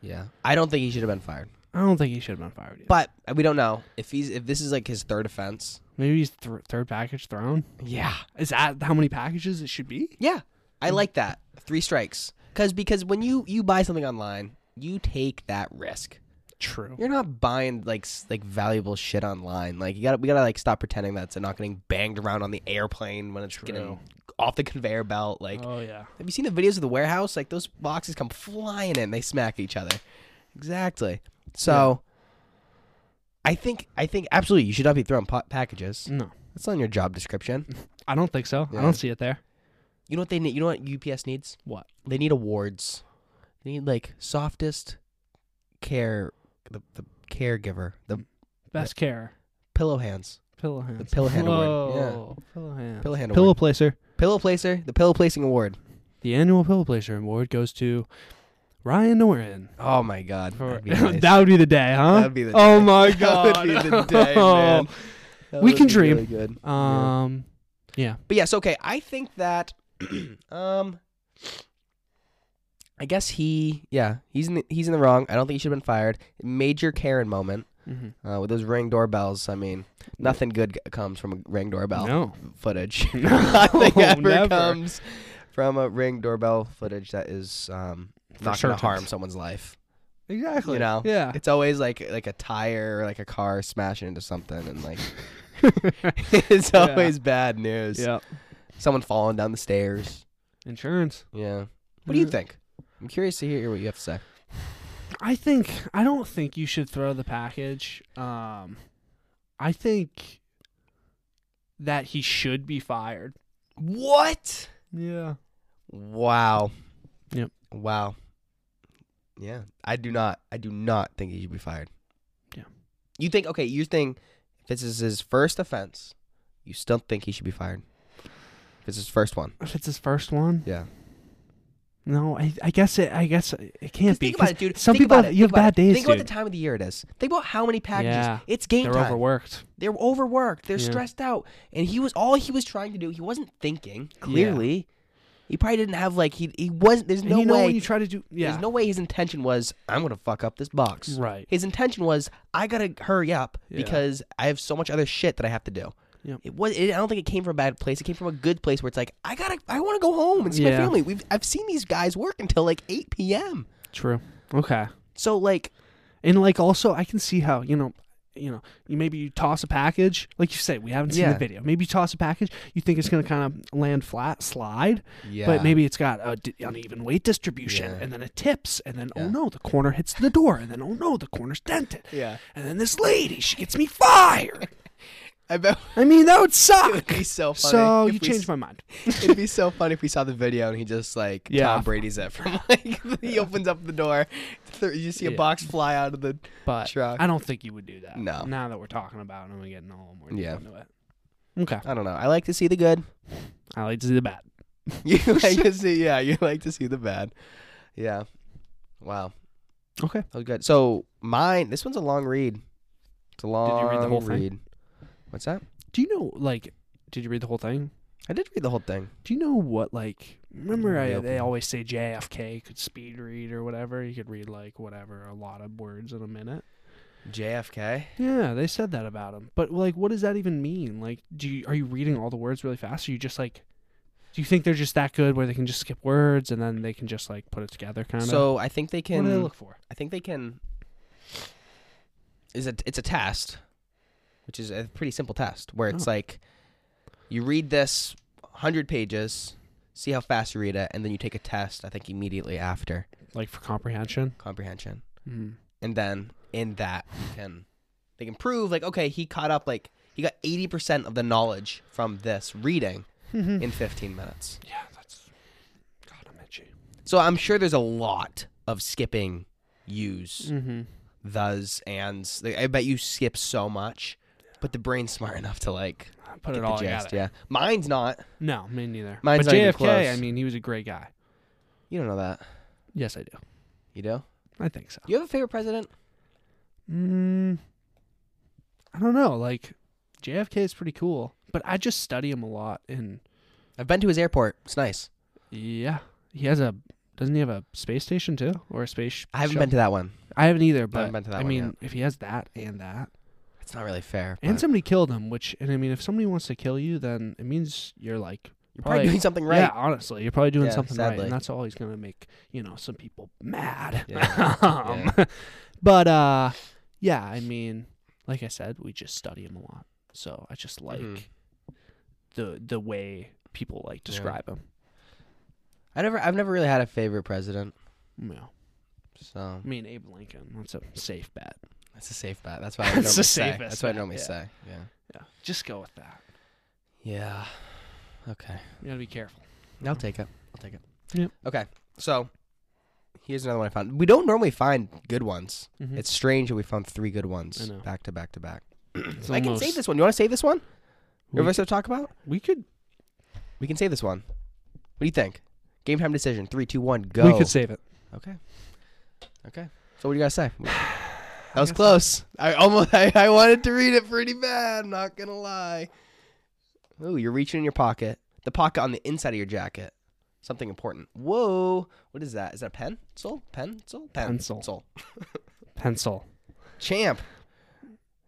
Speaker 1: yeah, I don't think he should have been fired.
Speaker 2: I don't think he should have been fired. Yet.
Speaker 1: But we don't know if he's if this is like his third offense.
Speaker 2: Maybe he's th- third package thrown.
Speaker 1: Yeah,
Speaker 2: Is that how many packages it should be?
Speaker 1: yeah, I like that. Three strikes, because because when you you buy something online, you take that risk.
Speaker 2: True.
Speaker 1: You're not buying like s- like valuable shit online. Like you got to we gotta like stop pretending that's not getting banged around on the airplane when it's getting
Speaker 2: True.
Speaker 1: off the conveyor belt. Like
Speaker 2: oh yeah.
Speaker 1: Have you seen the videos of the warehouse? Like those boxes come flying in, they smack each other. Exactly. So I think I think absolutely you should not be throwing pa- packages.
Speaker 2: No,
Speaker 1: That's on your job description.
Speaker 2: I don't think so.
Speaker 1: Yeah.
Speaker 2: I don't see it there.
Speaker 1: You know what they need? You know what UPS needs?
Speaker 2: What?
Speaker 1: They need awards. They need like softest care the, the caregiver, the
Speaker 2: Best care.
Speaker 1: pillow hands,
Speaker 2: Pillow hand.
Speaker 1: pillow hand award,
Speaker 2: Whoa. Pillow hand.
Speaker 1: pillow hand
Speaker 2: Pillow
Speaker 1: award,
Speaker 2: placer.
Speaker 1: pillow placer, the pillow placing award.
Speaker 2: The annual pillow placer award goes to Ryan Norin.
Speaker 1: Oh my god.
Speaker 2: For,
Speaker 1: That'd be nice.
Speaker 2: that would be the day, huh?
Speaker 1: That'd be the
Speaker 2: Oh
Speaker 1: day.
Speaker 2: my god.
Speaker 1: That would be the day, man. That
Speaker 2: Oh. We
Speaker 1: would
Speaker 2: can
Speaker 1: be
Speaker 2: dream.
Speaker 1: really good. Yeah.
Speaker 2: Um. Yeah.
Speaker 1: But yes, okay. I think that um I guess he yeah, he's in the, he's in the wrong. I don't think he should have been fired. Major Karen moment.
Speaker 2: Mm-hmm.
Speaker 1: Uh, with those ring doorbells, I mean, nothing good g- comes from a ring doorbell
Speaker 2: No.
Speaker 1: footage.
Speaker 2: No,
Speaker 1: nothing ever
Speaker 2: never.
Speaker 1: comes from a ring doorbell footage that is um, not going
Speaker 2: certain. Uh.
Speaker 1: to harm someone's life.
Speaker 2: Exactly.
Speaker 1: You know?
Speaker 2: Yeah.
Speaker 1: It's always like like a tire or like a car smashing into something, and like it's
Speaker 2: Yeah.
Speaker 1: always bad news.
Speaker 2: yeah.
Speaker 1: Someone falling down the stairs.
Speaker 2: Insurance.
Speaker 1: Yeah. What do you
Speaker 2: Yeah.
Speaker 1: think? I'm curious to hear what you have to say.
Speaker 2: I think I don't think you should throw the package. Um, I think that he should be fired.
Speaker 1: What?
Speaker 2: Yeah.
Speaker 1: Wow.
Speaker 2: Yep.
Speaker 1: Wow. Yeah. I do not. I do not think he should be fired.
Speaker 2: Yeah.
Speaker 1: You think? Okay. You think if this is his first offense, you still think he should be fired? If it's his first one.
Speaker 2: If it's his first one,
Speaker 1: Yeah.
Speaker 2: no. I, I guess it. I guess it can't be.
Speaker 1: think about
Speaker 2: 'cause
Speaker 1: it, dude.
Speaker 2: Some
Speaker 1: Think
Speaker 2: people
Speaker 1: about
Speaker 2: have-
Speaker 1: it.
Speaker 2: you have
Speaker 1: Think about
Speaker 2: bad
Speaker 1: it.
Speaker 2: days,
Speaker 1: Think
Speaker 2: dude.
Speaker 1: about the time of the year it is. Think about how many packages.
Speaker 2: Yeah.
Speaker 1: It's game
Speaker 2: They're
Speaker 1: time.
Speaker 2: overworked.
Speaker 1: They were overworked. They're
Speaker 2: Yeah.
Speaker 1: stressed out. And he was all he was trying to do. He wasn't thinking clearly. He probably didn't have like he he wasn't. There's
Speaker 2: And
Speaker 1: no
Speaker 2: you know
Speaker 1: way.
Speaker 2: when you try to do. Yeah.
Speaker 1: There's no way his intention was I'm gonna fuck up this box.
Speaker 2: right.
Speaker 1: His intention was I gotta hurry up
Speaker 2: Yeah.
Speaker 1: because I have so much other shit that I have to do.
Speaker 2: Yep.
Speaker 1: It was. It, I don't think it came from a bad place. It came from a good place where it's like I gotta. I want to go home and see my
Speaker 2: Yeah.
Speaker 1: family. We've. I've seen these guys work until like 8 p.m.
Speaker 2: True. Okay.
Speaker 1: So like
Speaker 2: And like also I can see how, you know, you know, you maybe you toss a package, like you said, we haven't seen
Speaker 1: Yeah.
Speaker 2: the video. Maybe you toss a package, you think it's going to kind of land flat, slide,
Speaker 1: yeah.
Speaker 2: but maybe it's got a d- uneven weight distribution
Speaker 1: Yeah.
Speaker 2: and then it tips and then
Speaker 1: Yeah.
Speaker 2: oh no, the corner hits the door and then oh no, the corner's dented.
Speaker 1: Yeah.
Speaker 2: And then this lady, she gets me fired.
Speaker 1: I bet
Speaker 2: I mean, that would
Speaker 1: it would
Speaker 2: suck.
Speaker 1: be so funny.
Speaker 2: so
Speaker 1: if
Speaker 2: you
Speaker 1: we
Speaker 2: changed my mind.
Speaker 1: It'd be so funny if we saw the video and he just like
Speaker 2: Yeah.
Speaker 1: Tom Brady's it from like he opens up the door, th- you see a
Speaker 2: Yeah.
Speaker 1: box fly out of the
Speaker 2: But
Speaker 1: truck.
Speaker 2: I don't think you would do that.
Speaker 1: No.
Speaker 2: Now that we're talking about it and we're getting all more
Speaker 1: Yeah.
Speaker 2: yeah. into it. Okay.
Speaker 1: I don't know. I like to see the good.
Speaker 2: I like to see the bat.
Speaker 1: You like to see, yeah. You like to see the bad. Yeah. Wow.
Speaker 2: Okay.
Speaker 1: That was good. So mine. This one's a long read. It's a long.
Speaker 2: you read the whole thing?
Speaker 1: read. What's that?
Speaker 2: Do you know like did you read the whole thing?
Speaker 1: I did read the whole thing.
Speaker 2: Do you know what like? Remember, I,
Speaker 1: Yep.
Speaker 2: they always say JFK could speed read or whatever. You could read like whatever a lot of words in a minute.
Speaker 1: JFK.
Speaker 2: Yeah, they said that about him. But like, what does that even mean? Like, do you are you reading all the words really fast? Or you just like, do you think they're just that good where they can just skip words and then they can just like put it together kind of?
Speaker 1: So I think they
Speaker 2: what
Speaker 1: can.
Speaker 2: do they look for?
Speaker 1: I think they can. Is it? It's a test, which is a pretty simple test where it's
Speaker 2: Oh.
Speaker 1: like, you read this hundred pages, see how fast you read it, and then you take a test. I think immediately after.
Speaker 2: like for comprehension.
Speaker 1: comprehension. and then in that they can they can prove like okay he caught up like he got 80% of the knowledge from this reading in 15 minutes
Speaker 2: yeah, that's God, I'm itchy.
Speaker 1: so i'm sure there's a lot of skipping use
Speaker 2: Mm-hmm.
Speaker 1: thus ands like, i bet you skip so much but the brain's smart enough to like
Speaker 2: Put
Speaker 1: get
Speaker 2: it all
Speaker 1: the gist
Speaker 2: together.
Speaker 1: yeah mine's not
Speaker 2: No, me neither.
Speaker 1: Mine's
Speaker 2: but
Speaker 1: not even
Speaker 2: JFK, I
Speaker 1: close.
Speaker 2: mean, he was a great guy.
Speaker 1: you don't know that
Speaker 2: Yes, I do.
Speaker 1: you do
Speaker 2: I think so.
Speaker 1: you have a favorite president
Speaker 2: Mm, I don't know. Like JFK is pretty cool, but I just study him a lot, and
Speaker 1: i've been to his airport it's nice
Speaker 2: yeah, he has a. Doesn't he have a space station too, or a space?
Speaker 1: i haven't been to that one
Speaker 2: To, I haven't either, but I,
Speaker 1: haven't been to that one
Speaker 2: mean,
Speaker 1: yet.
Speaker 2: if he has that and that,
Speaker 1: it's not really fair
Speaker 2: and
Speaker 1: but
Speaker 2: somebody killed him, which, and I mean, if somebody wants to kill you, then it means you're like
Speaker 1: you're probably doing something right
Speaker 2: Yeah, honestly, you're probably doing
Speaker 1: Yeah,
Speaker 2: something right,
Speaker 1: sadly.
Speaker 2: and that's always gonna make you know some people mad.
Speaker 1: Yeah,
Speaker 2: Um, But uh, yeah, I mean, like I said, we just study him a lot, so I just like
Speaker 1: Mhm.
Speaker 2: the the way people like describe him.
Speaker 1: i never i've never really had a favorite president
Speaker 2: Yeah.
Speaker 1: so
Speaker 2: I mean, Abe Lincoln. That's a safe bet.
Speaker 1: That's a safe bet. That's what I
Speaker 2: That's
Speaker 1: normally
Speaker 2: the
Speaker 1: say.
Speaker 2: safest
Speaker 1: That's what I
Speaker 2: bet,
Speaker 1: normally
Speaker 2: yeah.
Speaker 1: say. Yeah.
Speaker 2: Yeah, just go with that.
Speaker 1: Yeah. Okay.
Speaker 2: You gotta be careful.
Speaker 1: I'll take it. I'll take it.
Speaker 2: Yep.
Speaker 1: Okay. So here's another one I found. We don't normally find good ones.
Speaker 2: Mhm.
Speaker 1: It's strange that we found three good ones
Speaker 2: I know.
Speaker 1: back to back to back.
Speaker 2: It's
Speaker 1: I can
Speaker 2: almost-
Speaker 1: save this one. You want to save this one?
Speaker 2: We,
Speaker 1: Reverse to talk about?
Speaker 2: we could
Speaker 1: We can save this one. What do you think? Game time decision. Three, two, one, go.
Speaker 2: we could save it.
Speaker 1: Okay. Okay. So what do you guys say? That was
Speaker 2: guess-
Speaker 1: close. I almost I, I wanted to read it pretty bad, I'm not gonna lie. Ooh, you're reaching in your pocket. The pocket on the inside of your jacket. Something important. Whoa. What is that? Is that a pen? Soul? Pen? Soul? Pen.
Speaker 2: Pencil.
Speaker 1: Soul.
Speaker 2: Pencil.
Speaker 1: Champ.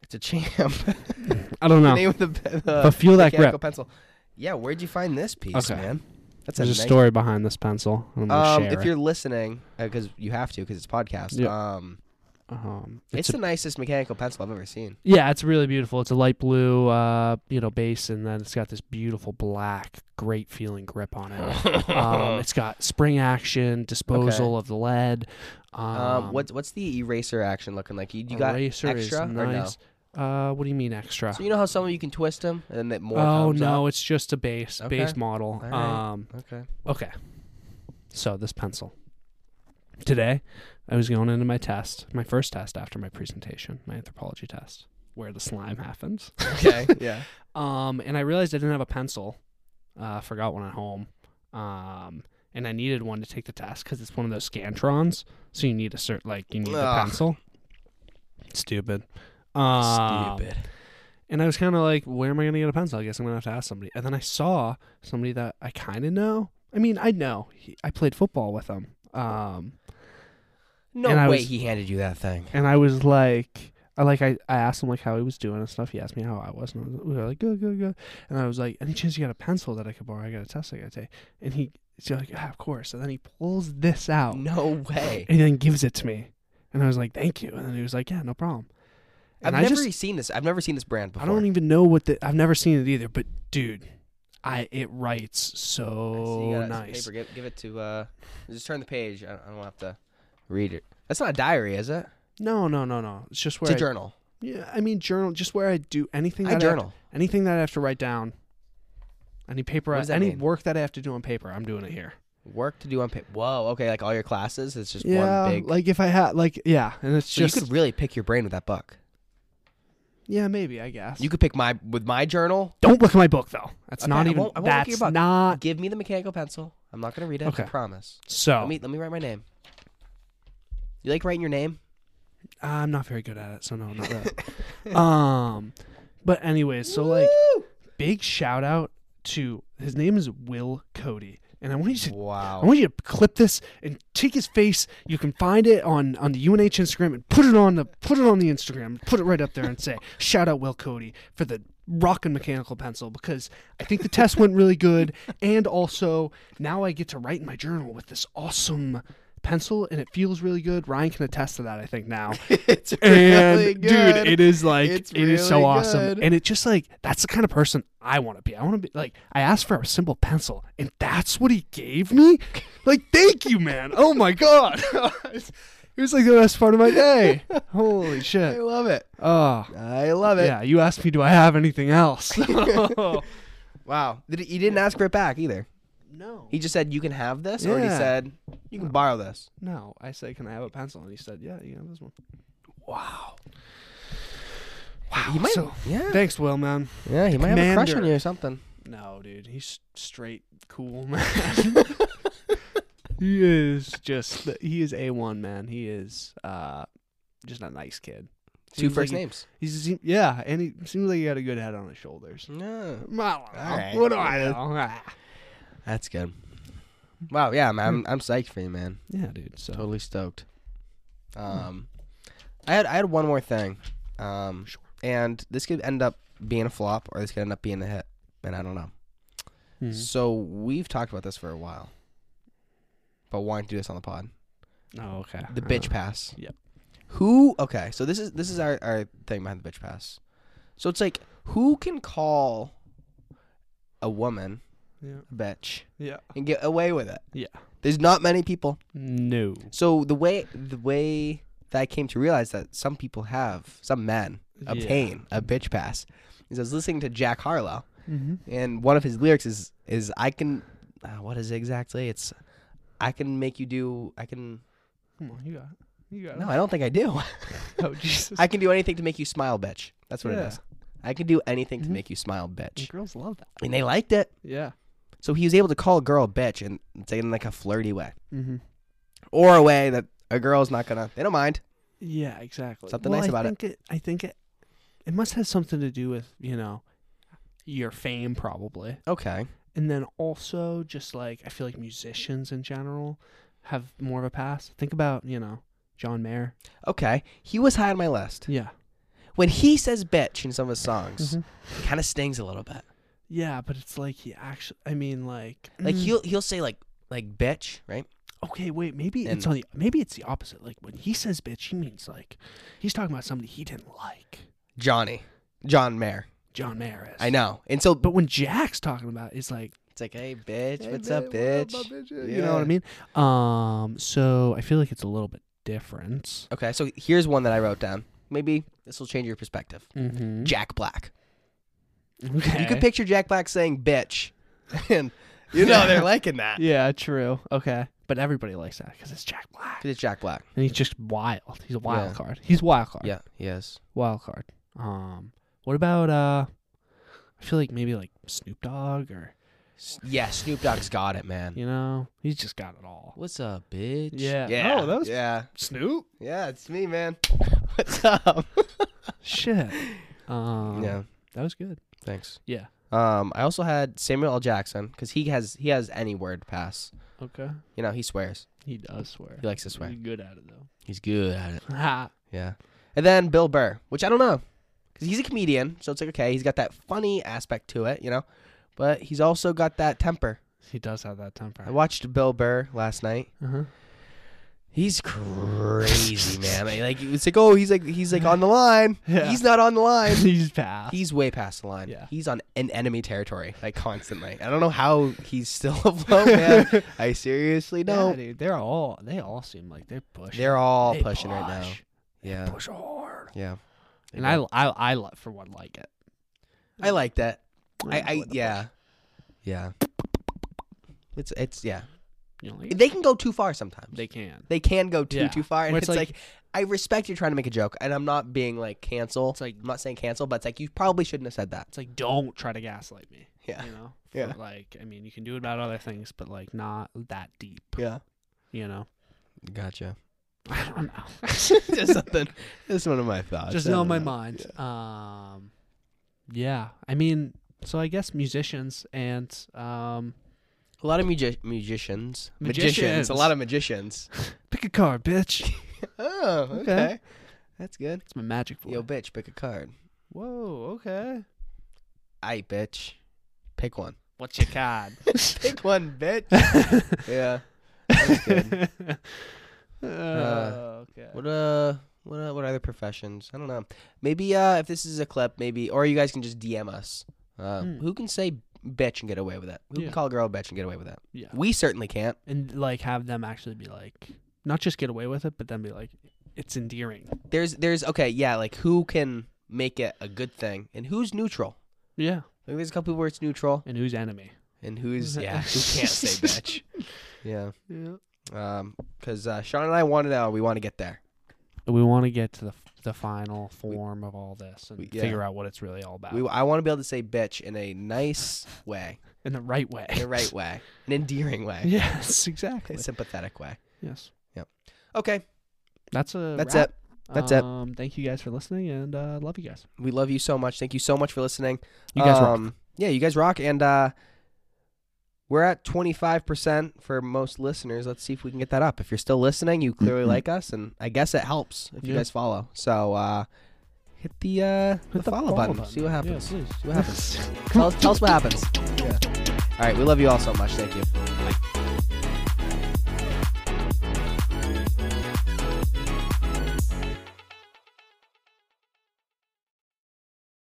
Speaker 1: It's a champ.
Speaker 2: I don't
Speaker 1: the
Speaker 2: know.
Speaker 1: name of the, pe- the
Speaker 2: But feel that
Speaker 1: mechanical
Speaker 2: grip.
Speaker 1: pencil. Yeah, where'd you find this piece,
Speaker 2: Okay.
Speaker 1: man? That's
Speaker 2: There's a
Speaker 1: nice-
Speaker 2: story behind this pencil. I'm gonna
Speaker 1: Um,
Speaker 2: share
Speaker 1: if
Speaker 2: it.
Speaker 1: you're listening, because you have to, because it's podcast.
Speaker 2: Yeah.
Speaker 1: Um,
Speaker 2: Um,
Speaker 1: It's,
Speaker 2: it's, a,
Speaker 1: the nicest mechanical pencil I've ever seen.
Speaker 2: yeah, it's really beautiful. It's a light blue, uh, you know, base, and then it's got this beautiful black, great feeling grip on it. um, it's got spring action, disposal of the lead. Um,
Speaker 1: Um, what's what's the eraser action looking like? You, you got
Speaker 2: eraser
Speaker 1: extra or
Speaker 2: is
Speaker 1: no?
Speaker 2: nice. Uh, what do you mean extra?
Speaker 1: so you know how some of you can twist them and then that more.
Speaker 2: oh
Speaker 1: comes
Speaker 2: no,
Speaker 1: up?
Speaker 2: it's just a base
Speaker 1: Okay.
Speaker 2: base model.
Speaker 1: All right.
Speaker 2: Um,
Speaker 1: Okay.
Speaker 2: okay. So this pencil. Today, I was going into my test, my first test after my presentation, my anthropology test, where the slime happens.
Speaker 1: Okay. yeah.
Speaker 2: Um, and I realized I didn't have a pencil. Uh, forgot one at home. Um, and I needed one to take the test because it's one of those scantrons. So you need a cert, like you need the
Speaker 1: Ugh.
Speaker 2: pencil. Stupid. Um,
Speaker 1: Stupid.
Speaker 2: And I was kind of like, where am I gonna get a pencil? I guess I'm gonna have to ask somebody. And then I saw somebody that I kind of know. I mean, I know. He, I played football with him. Um,
Speaker 1: No
Speaker 2: and I
Speaker 1: way
Speaker 2: was-
Speaker 1: he handed you that thing.
Speaker 2: and I was like, I like, I, I asked him like how he was doing and stuff. He asked me how I was, and I was, we were like, good, good, good. And I was like, any chance you got a pencil that I could borrow? I got a test I got to take. And he, he's like, yeah, of course. And then he pulls this out
Speaker 1: No way.
Speaker 2: and then gives it to me. And I was like, thank you. And then he was like, yeah, no problem.
Speaker 1: I've
Speaker 2: And I
Speaker 1: never
Speaker 2: just,
Speaker 1: seen this. I've never seen this brand before.
Speaker 2: I don't even know what the, I've never seen it either. But dude, I it writes so Oh, nice.
Speaker 1: Paper. Give, give it to. Uh, just turn the page. I don't, I don't have to read it. That's not a diary, is it?
Speaker 2: No, no, no, no. It's just
Speaker 1: It's
Speaker 2: where
Speaker 1: a
Speaker 2: I,
Speaker 1: journal.
Speaker 2: yeah, I mean journal, just where I do anything.
Speaker 1: I
Speaker 2: that have to-
Speaker 1: journal.
Speaker 2: anything that I have to write down, any paper,
Speaker 1: What
Speaker 2: I,
Speaker 1: does that
Speaker 2: any
Speaker 1: mean?
Speaker 2: work that I have to do on paper, I'm doing it here.
Speaker 1: Work to do on paper. Whoa. Okay. Like all your classes, it's just
Speaker 2: yeah,
Speaker 1: one big.
Speaker 2: like if I had, like, yeah, and it's
Speaker 1: so
Speaker 2: just,
Speaker 1: you could really pick your brain with that book.
Speaker 2: yeah, maybe I guess.
Speaker 1: You could pick my with my journal.
Speaker 2: don't look at my book though. That's
Speaker 1: Okay,
Speaker 2: not
Speaker 1: I
Speaker 2: even.
Speaker 1: won't- I won't look at
Speaker 2: that's
Speaker 1: your book.
Speaker 2: not
Speaker 1: Give me the mechanical pencil. I'm not gonna read it.
Speaker 2: Okay. Oh.
Speaker 1: I promise.
Speaker 2: so.
Speaker 1: Let me let me write my name. You like writing your name?
Speaker 2: I'm not very good at it, so no, not that. um, but anyways, so like, big shout out to his name is Will Cody, and I want you to I
Speaker 1: Wow.
Speaker 2: want you to clip this and take his face. You can find it on on the UNH Instagram and put it on the put it on the Instagram. Put it right up there and say shout out Will Cody for the rockin' mechanical pencil because I think the test went really good and also now I get to write in my journal with this awesome pencil and it feels really good. Ryan can attest to that, I think, now.
Speaker 1: it's
Speaker 2: and
Speaker 1: really good.
Speaker 2: dude, it is like
Speaker 1: It's
Speaker 2: it is so
Speaker 1: really
Speaker 2: awesome.
Speaker 1: good.
Speaker 2: And it's just like that's the kind of person I want to be. I want to be like I asked for a simple pencil and that's what he gave me? Like, thank you, man. Oh my god. it was like the best part of my day. Holy
Speaker 1: I
Speaker 2: shit.
Speaker 1: love it.
Speaker 2: Oh.
Speaker 1: I love it.
Speaker 2: Yeah, you asked me do I have anything else?
Speaker 1: Wow. Did he, he didn't ask for it back either.
Speaker 2: no.
Speaker 1: He just said you can have this, or he
Speaker 2: Yeah.
Speaker 1: said you can borrow this.
Speaker 2: No, I said, "Can I have a pencil?" And he said, "Yeah, you can have this one." Wow. Wow.
Speaker 1: He might.
Speaker 2: so,
Speaker 1: yeah.
Speaker 2: thanks, Will, man.
Speaker 1: yeah. He might have a crush on
Speaker 2: Commander.
Speaker 1: you or something.
Speaker 2: No, dude, he's straight cool, man. he is just the- he is a one man. He is uh just a nice kid.
Speaker 1: Two
Speaker 2: Seems
Speaker 1: first
Speaker 2: like
Speaker 1: names.
Speaker 2: He, he's seem- yeah, and he seems like he got a good head on his shoulders.
Speaker 1: No.
Speaker 2: I don't know.
Speaker 1: right.
Speaker 2: What do I know? Ah.
Speaker 1: That's good. Wow. Yeah. Man, I'm I'm psyched for you, man.
Speaker 2: Yeah, dude. So
Speaker 1: Hmm. Totally stoked. Um, I had I had one more thing. Um,
Speaker 2: Sure.
Speaker 1: and this could end up being a flop, or this could end up being a hit, and I don't know.
Speaker 2: Mhm.
Speaker 1: So we've talked about this for a while, but wanting to do this on the pod.
Speaker 2: Oh, okay.
Speaker 1: The
Speaker 2: Uh,
Speaker 1: bitch pass.
Speaker 2: yep.
Speaker 1: Who? Okay, so this is this is our, our thing behind the bitch pass. So it's like who can call a woman
Speaker 2: Yeah.
Speaker 1: a bitch
Speaker 2: Yeah.
Speaker 1: and get away with it?
Speaker 2: Yeah.
Speaker 1: There's not many people.
Speaker 2: No.
Speaker 1: So the way the way that I came to realize that some people have some men
Speaker 2: Yeah.
Speaker 1: obtain a bitch pass is I was listening to Jack Harlow
Speaker 2: Mm-hmm.
Speaker 1: and one of his lyrics is is I can uh, what is it exactly? It's I can make you do I can
Speaker 2: Come on, you got it. You got
Speaker 1: no I don't think I do.
Speaker 2: it. Oh, Jesus.
Speaker 1: I can do anything to make you smile, bitch. That's what it
Speaker 2: Yeah.
Speaker 1: is. I can do anything
Speaker 2: Mhm.
Speaker 1: to make you smile, bitch.
Speaker 2: girls love that.
Speaker 1: And they liked it.
Speaker 2: Yeah.
Speaker 1: So he was able to call a girl a bitch and say it in like a flirty way.
Speaker 2: Mm-hmm.
Speaker 1: Or a way that a girl's not gonna they don't mind.
Speaker 2: Yeah, exactly.
Speaker 1: Something
Speaker 2: well,
Speaker 1: nice
Speaker 2: I
Speaker 1: about it.
Speaker 2: think it. I think it. It must have something to do with you know, your fame probably,
Speaker 1: Okay.
Speaker 2: and then also just like I feel like musicians in general have more of a pass. Think about you know John Mayer.
Speaker 1: Okay. He was high on my list.
Speaker 2: Yeah.
Speaker 1: When he says bitch in some of his songs,
Speaker 2: Mm-hmm.
Speaker 1: it kinda stings a little bit.
Speaker 2: Yeah, but it's like he actually. I mean, like
Speaker 1: Like
Speaker 2: mm,
Speaker 1: he'll he'll say like like bitch, right?
Speaker 2: Okay, wait. Maybe it's
Speaker 1: And-
Speaker 2: on the. Maybe it's the opposite. Like when he says bitch, he means like he's talking about somebody he didn't like.
Speaker 1: Johnny. John Mayer.
Speaker 2: John Mayer is.
Speaker 1: I know. And so
Speaker 2: But when Jack's talking about, it, it's like.
Speaker 1: it's like, hey bitch,
Speaker 2: Hey,
Speaker 1: what's
Speaker 2: man,
Speaker 1: up,
Speaker 2: what up,
Speaker 1: bitch?
Speaker 2: my bitches? You know what I
Speaker 1: Yeah.
Speaker 2: mean? Um, so I feel like it's a little bit different.
Speaker 1: Okay, so here's one that I wrote down. Maybe this will change your perspective.
Speaker 2: Mm-hmm.
Speaker 1: Jack Black.
Speaker 2: Okay.
Speaker 1: You can picture Jack Black saying bitch. and you know they're liking that.
Speaker 2: Yeah, true. Okay, but everybody likes that because it's Jack Black,
Speaker 1: 'Cause it's Jack Black.
Speaker 2: and he's just wild. He's a wild
Speaker 1: Yeah.
Speaker 2: card. He's wild card.
Speaker 1: Yeah, he is.
Speaker 2: wild card. Um, what about uh? I feel like maybe like Snoop Dogg or
Speaker 1: S- Yeah, Snoop Dogg's got it, man.
Speaker 2: you know he's just got it all.
Speaker 1: What's up, bitch?
Speaker 2: Yeah.
Speaker 1: Yeah.
Speaker 2: Oh, that was-
Speaker 1: Yeah.
Speaker 2: Snoop.
Speaker 1: Yeah, it's me, man. What's up?
Speaker 2: Shit. Um,
Speaker 1: yeah.
Speaker 2: that was good.
Speaker 1: Thanks.
Speaker 2: Yeah.
Speaker 1: Um, I also had Samuel L. Jackson because he has he has any word pass.
Speaker 2: Okay.
Speaker 1: You know, he swears.
Speaker 2: He does swear.
Speaker 1: He likes to swear.
Speaker 2: He's good at it though.
Speaker 1: He's good at it.
Speaker 2: Ha.
Speaker 1: Yeah. And then Bill Burr, which I don't know. Because he's a comedian, so it's like, okay, he's got that funny aspect to it, you know? But he's also got that temper.
Speaker 2: He does have that temper.
Speaker 1: I watched Bill Burr last night.
Speaker 2: Uh-huh.
Speaker 1: He's crazy, man. I- Like it's like, oh, he's like he's like on the line.
Speaker 2: Yeah.
Speaker 1: He's not on the line.
Speaker 2: He's passed.
Speaker 1: He's way past the line.
Speaker 2: Yeah.
Speaker 1: He's on an enemy territory, like constantly. I don't know how he's still afloat, man. I seriously
Speaker 2: no,
Speaker 1: don't.
Speaker 2: dude, they're all they all seem like they're pushing.
Speaker 1: They're all
Speaker 2: They
Speaker 1: pushing right now.
Speaker 2: push.
Speaker 1: Yeah.
Speaker 2: Push hard.
Speaker 1: Yeah. They
Speaker 2: And
Speaker 1: do.
Speaker 2: I, I, I li- for one like it.
Speaker 1: I like that. I, I
Speaker 2: like the
Speaker 1: yeah,
Speaker 2: push.
Speaker 1: yeah. It's it's yeah.
Speaker 2: You know, like,
Speaker 1: They can go too far sometimes. They,
Speaker 2: they can.
Speaker 1: can go too
Speaker 2: Yeah.
Speaker 1: too far, and
Speaker 2: Where
Speaker 1: it's,
Speaker 2: it's
Speaker 1: like,
Speaker 2: like-
Speaker 1: I respect you're trying to make a joke, and I'm not being like cancel.
Speaker 2: It's like
Speaker 1: I'm not saying cancel, but it's like you probably shouldn't have said that.
Speaker 2: it's like don't try to gaslight me.
Speaker 1: Yeah.
Speaker 2: You know.
Speaker 1: Yeah.
Speaker 2: For, like I mean, you can do it about other things, but like not that deep.
Speaker 1: Yeah,
Speaker 2: You know.
Speaker 1: gotcha.
Speaker 2: I don't know.
Speaker 1: just something. Just one of my thoughts.
Speaker 2: Just
Speaker 1: I
Speaker 2: on
Speaker 1: don't
Speaker 2: my
Speaker 1: know.
Speaker 2: mind. Um. Yeah. I mean, so I guess musicians and um.
Speaker 1: A lot of mugi- musicians,
Speaker 2: Magicians.
Speaker 1: a lot of magicians.
Speaker 2: Pick a card, bitch.
Speaker 1: oh, okay.
Speaker 2: Okay.
Speaker 1: that's good.
Speaker 2: It's my magic voice.
Speaker 1: Yo, bitch, pick a card.
Speaker 2: Whoa, okay.
Speaker 1: I bitch, pick one.
Speaker 2: What's your card?
Speaker 1: Pick one, bitch. yeah. good.
Speaker 2: Oh,
Speaker 1: Uh,
Speaker 2: okay.
Speaker 1: What uh, what uh, what other professions? I don't know. Maybe uh, if this is a clip, maybe or you guys can just DM us. Uh,
Speaker 2: Hmm.
Speaker 1: Who can say bitch and get away with that? Who
Speaker 2: Yeah.
Speaker 1: can call a girl a bitch and get away with that?
Speaker 2: Yeah.
Speaker 1: We certainly can't.
Speaker 2: And like have them actually be like not just get away with it, but then be like it's endearing.
Speaker 1: There's there's okay yeah like who can make it a good thing and who's neutral?
Speaker 2: Yeah.
Speaker 1: Like there's a couple where it's neutral
Speaker 2: And who's enemy?
Speaker 1: and who's yeah who can't say bitch. Yeah,
Speaker 2: Yeah.
Speaker 1: um, because uh, Sean and I want to know. We want to get there.
Speaker 2: We want to get to the the final form of all this and
Speaker 1: we- yeah.
Speaker 2: figure out what it's really all about
Speaker 1: We I want to be able to say bitch in a nice way,
Speaker 2: in the right way.
Speaker 1: in a right way, an endearing way,
Speaker 2: yes, exactly.
Speaker 1: a sympathetic way.
Speaker 2: yes.
Speaker 1: Okay,
Speaker 2: That's a
Speaker 1: that's
Speaker 2: wrap.
Speaker 1: it. That's it.
Speaker 2: Um, thank you guys for listening and uh, love you guys.
Speaker 1: We love you so much. Thank you so much for listening.
Speaker 2: You guys rock.
Speaker 1: um, Yeah, you guys rock. And uh, we're at 25% for most listeners. Let's see if we can get that up. If you're still listening, you clearly
Speaker 2: Mhm.
Speaker 1: like us. And I guess it helps if you
Speaker 2: Yeah.
Speaker 1: guys follow. So uh, hit the, uh, the, follow, button. See what happens.
Speaker 2: Yeah, please.
Speaker 1: See what happens. tell, us, tell us what happens. Yeah. All right. We love you all so much. Thank you.